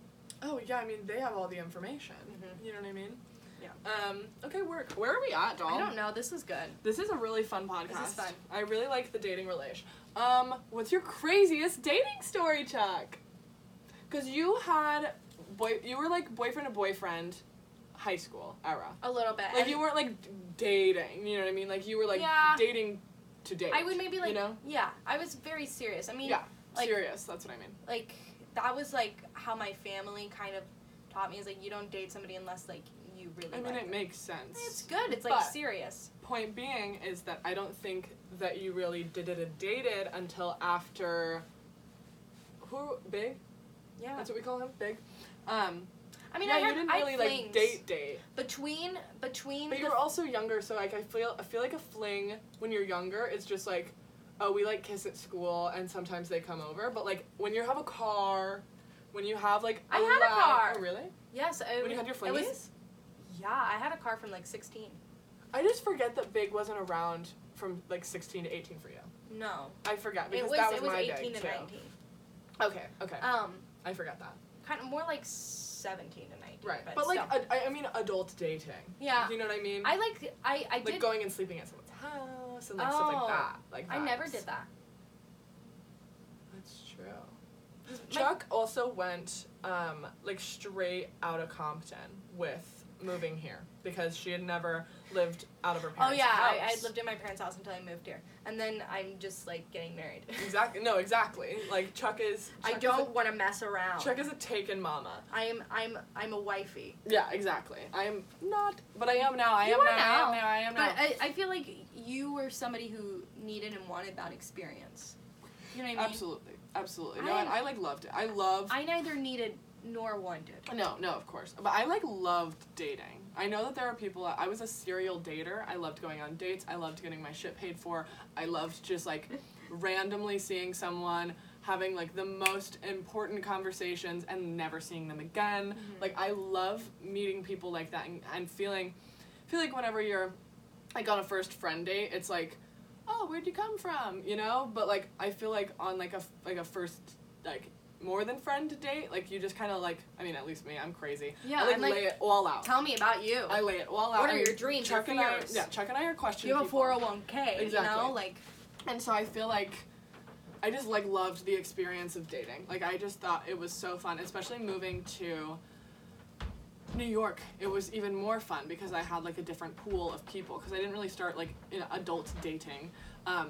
Speaker 1: Oh yeah, I mean they have all the information.
Speaker 2: Mhm.
Speaker 1: You know what I mean?
Speaker 2: Yeah.
Speaker 1: Um. Okay. Work. Where are we at, doll?
Speaker 2: i don't know this is good
Speaker 1: This is a really fun podcast.
Speaker 8: This is fun.
Speaker 1: I really like the dating relation. Um, what's your craziest dating story, Chuck? Because you had boy, you were like boyfriend to boyfriend, high school era.
Speaker 2: a little bit
Speaker 1: Like
Speaker 2: And-
Speaker 1: you weren't like d- dating. You know what I mean? Like you were like
Speaker 2: Yeah.
Speaker 1: dating to date.
Speaker 9: I would maybe like
Speaker 1: you know
Speaker 9: yeah. I was very serious. I mean,
Speaker 1: Yeah.
Speaker 9: like-
Speaker 1: serious. That's what I mean.
Speaker 9: like that was like how my family kind of taught me is like you don't date somebody unless like you really.
Speaker 1: I mean,
Speaker 9: like
Speaker 1: it
Speaker 9: them.
Speaker 1: makes sense.
Speaker 9: It's good. It's like
Speaker 1: But-
Speaker 9: serious.
Speaker 1: Point being is that I don't think that you really did it and dated until after. Who big?
Speaker 9: Yeah.
Speaker 1: That's what we call him, big. Um,
Speaker 9: I mean,
Speaker 1: yeah,
Speaker 9: I had,
Speaker 1: you didn't
Speaker 9: I had
Speaker 1: really like
Speaker 9: flings.
Speaker 1: date date,
Speaker 9: between between.
Speaker 1: but you
Speaker 9: the-
Speaker 1: were also younger, so like I feel I feel like a fling when you're younger is just like, oh we like kiss at school and sometimes they come over, but like when you have a car, when you have like
Speaker 9: I had a
Speaker 1: lot-
Speaker 9: car.
Speaker 1: Oh really?
Speaker 9: yes. I,
Speaker 1: When you had your
Speaker 9: it was-
Speaker 1: flingies?
Speaker 9: Yeah, I had a car from like sixteen.
Speaker 1: I just forget that big wasn't around from like 16 to 18 for you.
Speaker 9: No,
Speaker 1: I forget because
Speaker 9: it was
Speaker 1: that was,
Speaker 9: it was
Speaker 1: my
Speaker 9: eighteen
Speaker 1: day
Speaker 9: to
Speaker 1: too.
Speaker 9: nineteen.
Speaker 1: Okay, okay,
Speaker 9: Um,
Speaker 1: I forgot that.
Speaker 9: kind of more like seventeen to nineteen.
Speaker 1: Right,
Speaker 9: but,
Speaker 1: but, like
Speaker 9: still.
Speaker 1: ad- I, I mean adult dating.
Speaker 9: yeah,
Speaker 1: Do you know what I mean?
Speaker 9: I like I I
Speaker 1: like
Speaker 9: did.
Speaker 1: going and sleeping at someone's house and like stuff
Speaker 9: Oh,
Speaker 1: like that. Like
Speaker 9: I never
Speaker 1: vibes.
Speaker 9: did that.
Speaker 1: That's true. Chuck also went um, like straight out of Compton with moving here because she had never lived out of her
Speaker 9: Oh
Speaker 1: parents'
Speaker 9: yeah,
Speaker 1: house.
Speaker 9: I, I lived in my parents' house until I moved here, and then I'm just like getting married.
Speaker 1: Exactly. No, exactly. Like Chuck is.
Speaker 9: I
Speaker 1: Chuck is
Speaker 9: don't want to mess around.
Speaker 1: A, Chuck is a taken mama.
Speaker 9: I am I'm I'm a wifey.
Speaker 1: Yeah, exactly. I am not, but I am now. I
Speaker 9: You
Speaker 1: am
Speaker 9: are
Speaker 1: now, I
Speaker 9: now.
Speaker 1: am now. I am
Speaker 2: But
Speaker 1: now.
Speaker 2: I, I feel like you were somebody who needed and wanted that experience. You know what I mean?
Speaker 1: absolutely, absolutely. No,
Speaker 2: I
Speaker 1: I,
Speaker 2: am-
Speaker 1: I like loved it. I love.
Speaker 2: I neither needed nor wanted.
Speaker 1: No, no, of course. But I like loved dating. I know that there are people. I was a serial dater. I loved going on dates. I loved getting my shit paid for. I loved just like randomly seeing someone, having like the most important conversations and never seeing them again.
Speaker 2: Mm-hmm.
Speaker 1: Like I love meeting people like that and, and feeling, feel like whenever you're, like on a first friend date, it's like, oh, where'd you come from? You know. But like I feel like on like a f- like a first like more than friend date, like you just kind of like. I mean, at least me, I'm crazy.
Speaker 2: Yeah,
Speaker 1: I, like,
Speaker 2: and, like,
Speaker 1: lay it all out.
Speaker 2: Tell me about you.
Speaker 1: I lay it all out.
Speaker 2: What are
Speaker 1: I mean,
Speaker 2: your dreams,
Speaker 1: Chuck
Speaker 2: your
Speaker 1: and I,
Speaker 2: fears?
Speaker 1: yeah, Chuck and I are question
Speaker 2: you have a
Speaker 1: people.
Speaker 2: 401k, you
Speaker 1: Exactly.
Speaker 2: know? Like,
Speaker 1: And so I feel like I just like loved the experience of dating. Like I just thought it was so fun, especially moving to New York. It was even more fun because I had like a different pool of people because I didn't really start like in adult dating um,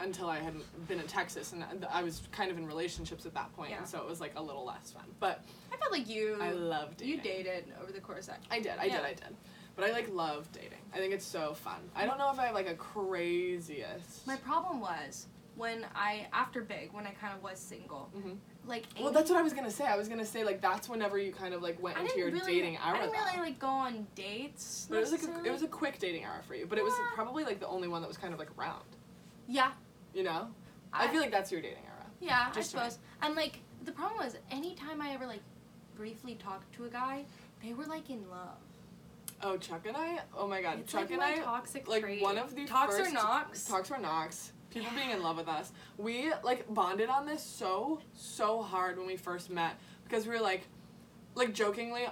Speaker 1: until I had been in Texas and I- I was kind of in relationships at that point,
Speaker 2: Yeah.
Speaker 1: and so it was like a little less fun. But
Speaker 2: I felt like you
Speaker 1: I loved dating.
Speaker 2: you dated over the course of
Speaker 1: I did, I
Speaker 2: Yeah.
Speaker 1: did, I did. But I like love dating. I think it's so fun. I don't know if I have like a craziest.
Speaker 2: My problem was when I after Big, when I kind of was single,
Speaker 1: Mhm.
Speaker 2: like
Speaker 1: Well,
Speaker 2: Amy-
Speaker 1: that's what I was gonna say. I was gonna say like that's whenever you kind of like went
Speaker 2: I
Speaker 1: into
Speaker 2: didn't
Speaker 1: your
Speaker 2: really,
Speaker 1: dating hour.
Speaker 2: I didn't
Speaker 1: though.
Speaker 2: really like go on dates.
Speaker 1: but it was like a,
Speaker 2: necessarily.
Speaker 1: it was a quick dating hour for you. But it was
Speaker 2: Yeah.
Speaker 1: probably like the only one that was kind of like around.
Speaker 2: yeah,
Speaker 1: You know, I,
Speaker 2: I,
Speaker 1: feel like that's your dating era.
Speaker 2: yeah, I
Speaker 1: just to me.
Speaker 2: suppose. And like the problem was, anytime I ever like briefly talked to a guy, they were like in love.
Speaker 1: Oh, Chuck and I. Oh my God,
Speaker 2: It's like
Speaker 1: Chuck and
Speaker 2: my
Speaker 1: I.
Speaker 2: toxic
Speaker 1: like
Speaker 2: trait.
Speaker 1: one of the
Speaker 2: talks
Speaker 1: first
Speaker 2: or knocks.
Speaker 1: talks were knocks. People being in love with us. We like bonded on this so so hard when we first met because we were like, like jokingly,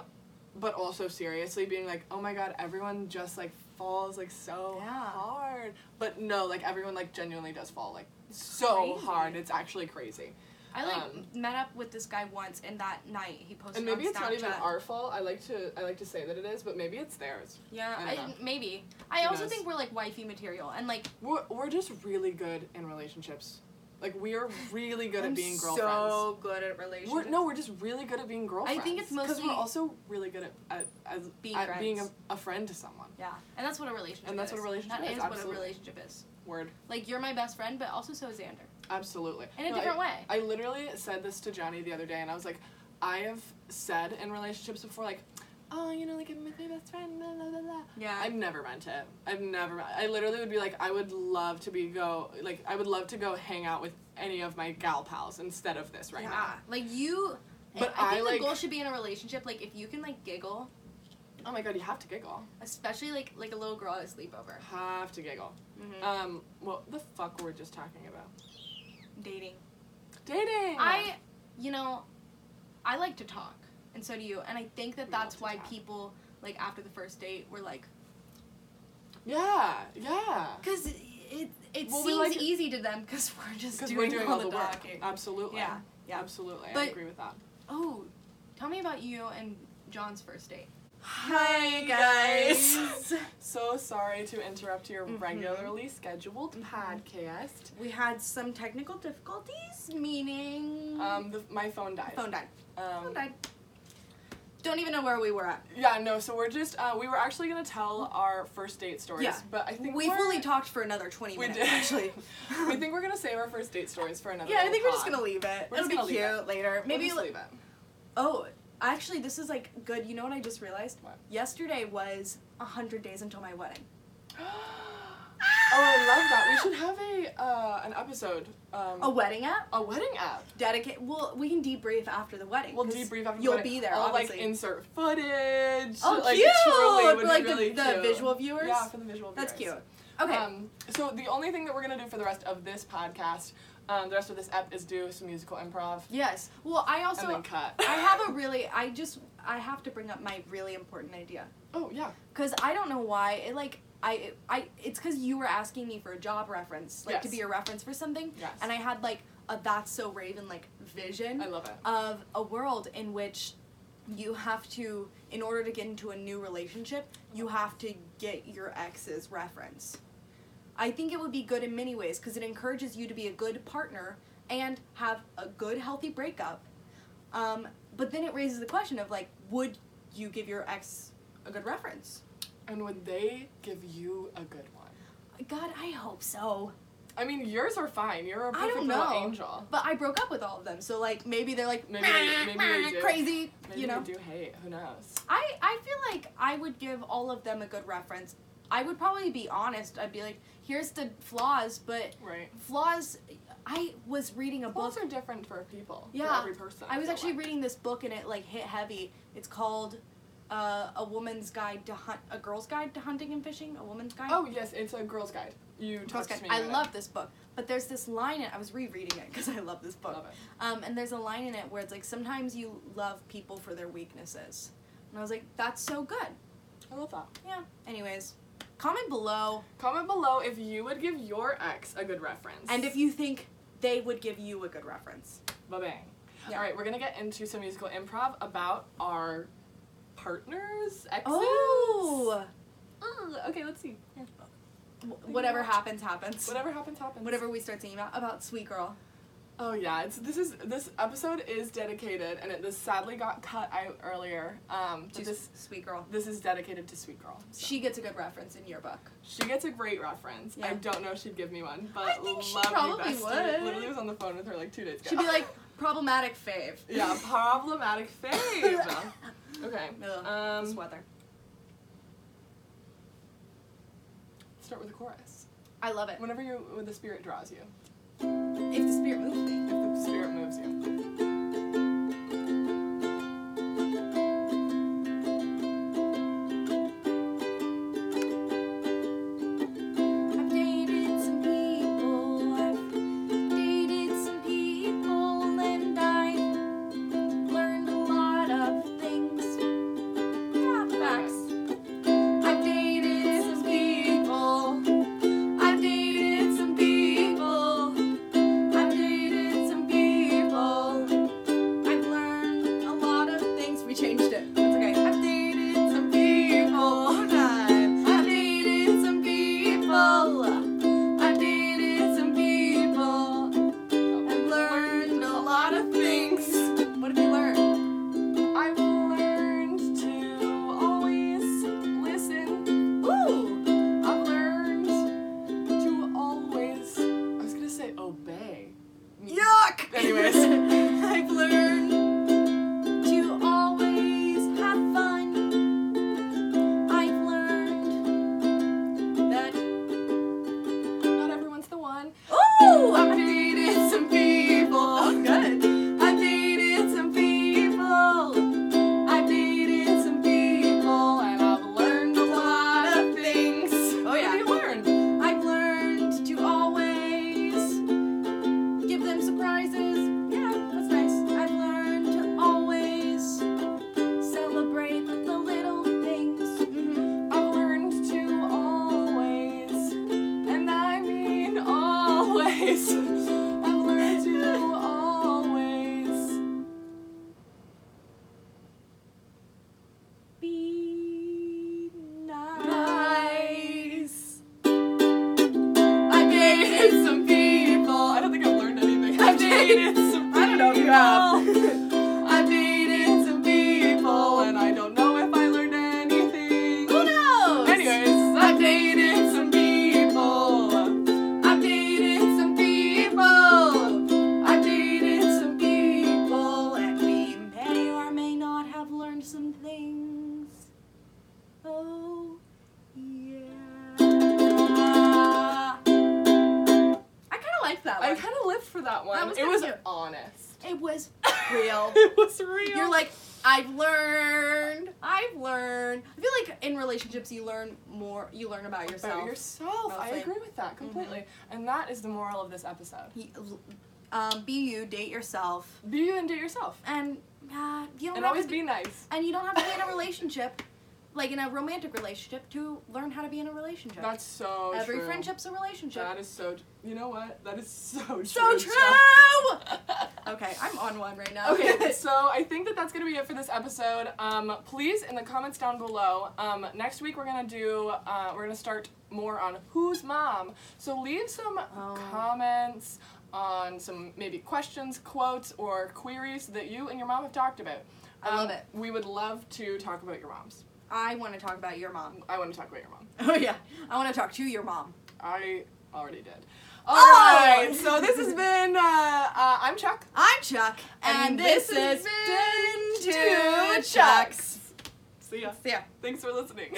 Speaker 1: but also seriously being like, oh my God, everyone just like falls like so
Speaker 2: Yeah.
Speaker 1: hard. But no, like everyone like genuinely does fall like so
Speaker 2: crazy.
Speaker 1: hard. It's actually crazy.
Speaker 2: I like
Speaker 1: um,
Speaker 2: met up with this guy once, and that night he posted.
Speaker 1: And maybe
Speaker 2: on
Speaker 1: it's not even
Speaker 2: Snapchat.
Speaker 1: our fault. I like to I like to say that it is, but maybe it's theirs.
Speaker 2: Yeah,
Speaker 1: I
Speaker 2: I
Speaker 1: don't know.
Speaker 2: maybe. I
Speaker 1: Who
Speaker 2: also
Speaker 1: knows?
Speaker 2: think we're like wifey material, and like
Speaker 1: We're, we're just really good in relationships. Like we are really good
Speaker 2: I'm
Speaker 1: at being girlfriends.
Speaker 2: so good at relationships.
Speaker 1: We're, no, we're just really good at being girlfriends.
Speaker 2: think it's
Speaker 1: because
Speaker 2: mostly-
Speaker 1: we're also really good at, at as
Speaker 2: Being
Speaker 1: at being a,
Speaker 2: friends.
Speaker 1: a friend to someone.
Speaker 2: Yeah, and that's what a relationship.
Speaker 1: And that's
Speaker 2: is.
Speaker 1: what a relationship
Speaker 2: That is
Speaker 1: is,
Speaker 2: what a
Speaker 1: absolutely.
Speaker 2: relationship is.
Speaker 1: Word,
Speaker 2: Like you're my best friend, but also so is Xander
Speaker 1: absolutely.
Speaker 2: in a
Speaker 1: No, I-
Speaker 2: different way.
Speaker 1: I literally said this to Johnny the other day, and I was like, I have said in relationships before, like, oh, you know, like I'm with my best friend, blah blah blah. blah.
Speaker 2: Yeah,
Speaker 1: I've never meant it. I've never. me- I literally would be like, I would love to be go like I would love to go hang out with any of my gal pals instead of this right
Speaker 2: yeah.
Speaker 1: now.
Speaker 2: Like you.
Speaker 1: But
Speaker 2: I,
Speaker 1: I,
Speaker 2: think
Speaker 1: like-
Speaker 2: the goal should be in a relationship. Like if you can like giggle,
Speaker 1: Oh my god, you have to giggle.
Speaker 2: especially like like a little girl at a sleepover.
Speaker 1: Have to giggle.
Speaker 2: Mhm.
Speaker 1: Um, what the fuck were we just talking about?
Speaker 2: Dating.
Speaker 1: Dating.
Speaker 2: I, you know, I like to talk, and so do you. And I think that
Speaker 1: We love
Speaker 2: that's
Speaker 1: to
Speaker 2: why
Speaker 1: talk.
Speaker 2: people like after the first date were like,
Speaker 1: Yeah, yeah.
Speaker 2: because it it,
Speaker 1: Well, we
Speaker 2: seems
Speaker 1: like-
Speaker 2: easy to them because we're just
Speaker 1: Because
Speaker 2: doing,
Speaker 1: we're doing all the, work.
Speaker 2: talking.
Speaker 1: Absolutely.
Speaker 2: Yeah, yeah.
Speaker 1: Absolutely. I
Speaker 2: But-
Speaker 1: agree with that.
Speaker 2: Oh, tell me about you and John's first date.
Speaker 1: Hi guys. So sorry to interrupt your
Speaker 2: Mm-hmm.
Speaker 10: Mhm.
Speaker 1: regularly scheduled
Speaker 10: Mhm.
Speaker 1: podcast.
Speaker 2: We had some technical difficulties, meaning
Speaker 1: Um, the, my phone died.
Speaker 2: Mm-hmm. phone died.
Speaker 1: Um,
Speaker 2: Phone died. Don't even know where we were at.
Speaker 1: Yeah, no. So we're just uh, we were actually gonna tell our first date stories,
Speaker 2: Yeah.
Speaker 1: but I think
Speaker 2: We
Speaker 1: we're-
Speaker 2: fully talked for another twenty
Speaker 1: We
Speaker 2: minutes.
Speaker 1: did.
Speaker 2: Actually,
Speaker 1: we think we're gonna save our first date stories for another.
Speaker 2: yeah, I
Speaker 1: little
Speaker 2: think we're just
Speaker 1: pod.
Speaker 2: gonna leave it.
Speaker 1: We're
Speaker 2: It'll
Speaker 1: just
Speaker 2: be
Speaker 1: gonna
Speaker 2: cute
Speaker 1: leave
Speaker 2: later.
Speaker 1: We'll
Speaker 2: Maybe
Speaker 1: just
Speaker 2: like-
Speaker 1: leave it.
Speaker 2: Oh, actually, this is like good. You know what I just realized?
Speaker 1: What?
Speaker 2: Yesterday was hundred days until my wedding.
Speaker 1: oh, I love that. We should have a uh, an episode. Um,
Speaker 2: A wedding app?
Speaker 1: a wedding app.
Speaker 2: Dedicate. Well, we can debrief after the wedding.
Speaker 1: We'll
Speaker 2: 'cause
Speaker 1: debrief after. the
Speaker 2: You'll
Speaker 1: wedding.
Speaker 2: be there.
Speaker 1: I'll
Speaker 2: obviously.
Speaker 1: like insert footage.
Speaker 2: oh,
Speaker 1: like,
Speaker 2: cute!
Speaker 1: Truly would
Speaker 2: For, like
Speaker 1: be really
Speaker 2: the, the
Speaker 1: cute.
Speaker 2: visual viewers.
Speaker 1: Yeah, for the visual.
Speaker 2: That's
Speaker 1: viewers.
Speaker 2: cute. Okay.
Speaker 1: Um, so the only thing that we're gonna do for the rest of this podcast, um, the rest of this ep, is do some musical improv
Speaker 2: yes. Well, I also
Speaker 1: and then cut.
Speaker 2: I have a really I just I have to bring up my really important idea
Speaker 1: Oh yeah.
Speaker 2: cuz I don't know why it like I I it's cuz you were asking me for a job reference like to
Speaker 1: Yes.
Speaker 2: be a reference for something
Speaker 1: Yes.
Speaker 2: and I had like a that's so raven like vision
Speaker 1: I love it.
Speaker 2: of a world in which you have to in order to get into a new relationship you have to get your ex's reference i think it would be good in many ways because it encourages you to be a good partner and have a good healthy breakup um, but then it raises the question of like would you give your ex a good reference
Speaker 1: And would they give you a good one?
Speaker 2: god i hope so
Speaker 1: I mean, yours are fine. You're a
Speaker 2: I
Speaker 1: perfect
Speaker 2: don't
Speaker 1: little
Speaker 2: know.
Speaker 1: angel.
Speaker 2: but i broke up with all of them so like maybe they're like
Speaker 1: Maybe they- maybe they do.
Speaker 2: crazy
Speaker 1: Maybe
Speaker 2: you know
Speaker 1: they do hate. Who knows?
Speaker 2: I, I feel like I would give all of them a good reference. I would probably be honest. I'd be like, here's the flaws, but
Speaker 1: Right.
Speaker 2: flaws. I was reading a book.
Speaker 1: Books are different for people. For
Speaker 2: Yeah.
Speaker 1: every
Speaker 2: I
Speaker 1: person.
Speaker 2: was
Speaker 1: feel
Speaker 2: actually
Speaker 1: like.
Speaker 2: reading this book and it like hit heavy. It's called uh, A Woman's Guide to Hunt, A Girl's Guide to Hunting and Fishing. A Woman's Guide.
Speaker 1: Oh yes, it's a girl's guide. You
Speaker 2: Girl's
Speaker 1: talked
Speaker 2: Guide.
Speaker 1: to me.
Speaker 2: I
Speaker 1: about it.
Speaker 2: love this book, but there's this line. In, I was rereading it because I love this book.
Speaker 1: Love it.
Speaker 2: Um, and there's a line in it where it's like, sometimes you love people for their weaknesses, and I was like, that's so good.
Speaker 1: I love that.
Speaker 2: Yeah. Anyways, comment below,
Speaker 1: Comment below if you would give your ex a good reference.
Speaker 2: and if you think they would give you a good reference.
Speaker 1: Ba bang.
Speaker 2: Yeah.
Speaker 1: All right, we're gonna get into some musical improv about our partners, exes.
Speaker 2: Oh.
Speaker 1: Ugh, okay, let's see. Here.
Speaker 2: Wh- Whatever happens, happens. Whatever.
Speaker 1: Whatever happens, happens.
Speaker 2: we start singing about about Sweet Girl.
Speaker 1: Oh yeah, it's this is this episode is dedicated, and it this sadly got cut out earlier. Um, but
Speaker 2: She's
Speaker 1: this
Speaker 2: Sweet Girl.
Speaker 1: this is dedicated to Sweet Girl. so.
Speaker 2: She gets a good reference in your book.
Speaker 1: She gets a great reference. I
Speaker 2: Yeah.
Speaker 1: don't know if she'd give me one, but
Speaker 2: I think she
Speaker 1: love you,
Speaker 2: probably
Speaker 1: bestie.
Speaker 2: would.
Speaker 1: Literally was on the phone with her like two days ago.
Speaker 2: She'd be like problematic fave.
Speaker 1: yeah, problematic fave. okay.
Speaker 2: Ugh,
Speaker 1: Um,
Speaker 2: this weather.
Speaker 1: start with the chorus.
Speaker 2: I love it.
Speaker 1: Whenever you, when the spirit draws you,
Speaker 2: If the spirit moves me.
Speaker 1: if the spirit moves you.
Speaker 2: I've dated some people. I've dated some people, and I've learned a lot of things. Yeah, facts. I've dated some people. I've dated some people. I've dated some people. I've learned a lot of things. We changed it. That's okay. I've dated some people. Hold on. I've dated some people. I've dated some people. I've learned a lot of things. What have you learned?
Speaker 1: I've learned to always listen.
Speaker 2: Ooh.
Speaker 1: I've learned to always. I was gonna say obey.
Speaker 2: Yuck.
Speaker 1: Anyways.
Speaker 2: I've learned to always Oh, learned some things. Oh, yeah. I kind of like that
Speaker 1: I
Speaker 2: one.
Speaker 1: kind of lived for that one.
Speaker 2: That was
Speaker 1: it was
Speaker 2: kinda cute.
Speaker 1: honest.
Speaker 2: it was real.
Speaker 1: it was real.
Speaker 2: You're like, I've learned. I've learned. I feel like in relationships, you learn more. You learn about yourself. Mm-hmm.
Speaker 1: about yourself. I
Speaker 2: Mostly.
Speaker 1: agree with that completely. And that is the moral of this episode.
Speaker 2: He- um, be you. Date yourself.
Speaker 1: Be you and do yourself.
Speaker 2: And uh, you don't
Speaker 1: And
Speaker 2: have
Speaker 1: always
Speaker 2: to
Speaker 1: be nice.
Speaker 2: And you don't have to be in a relationship, like in a romantic relationship, to learn how to be in a relationship.
Speaker 1: That's so
Speaker 2: Every
Speaker 1: true.
Speaker 2: friendship's a relationship.
Speaker 1: That is so. You know what? That is so true.
Speaker 2: so true.
Speaker 1: Jill.
Speaker 2: Okay, I'm on one right now.
Speaker 1: Okay, so I think that that's gonna be it for this episode. Um, please, in the comments down below, um, next week we're gonna do, uh, we're gonna start more on who's mom. So leave some
Speaker 2: Oh.
Speaker 1: comments on some maybe questions, quotes, or queries that you and your mom have talked about. Um,
Speaker 2: I love it.
Speaker 1: We would love to talk about your moms.
Speaker 2: I want to talk about your mom.
Speaker 1: I want to talk about your mom.
Speaker 2: Oh yeah, I want to talk to your mom.
Speaker 1: I already did.
Speaker 2: Oh!
Speaker 1: Alright, so this has been, uh, uh, I'm Chuck.
Speaker 2: I'm Chuck, and, this, is
Speaker 1: been
Speaker 2: Din Two Chucks.
Speaker 1: See ya.
Speaker 2: Yeah.
Speaker 1: Thanks for listening.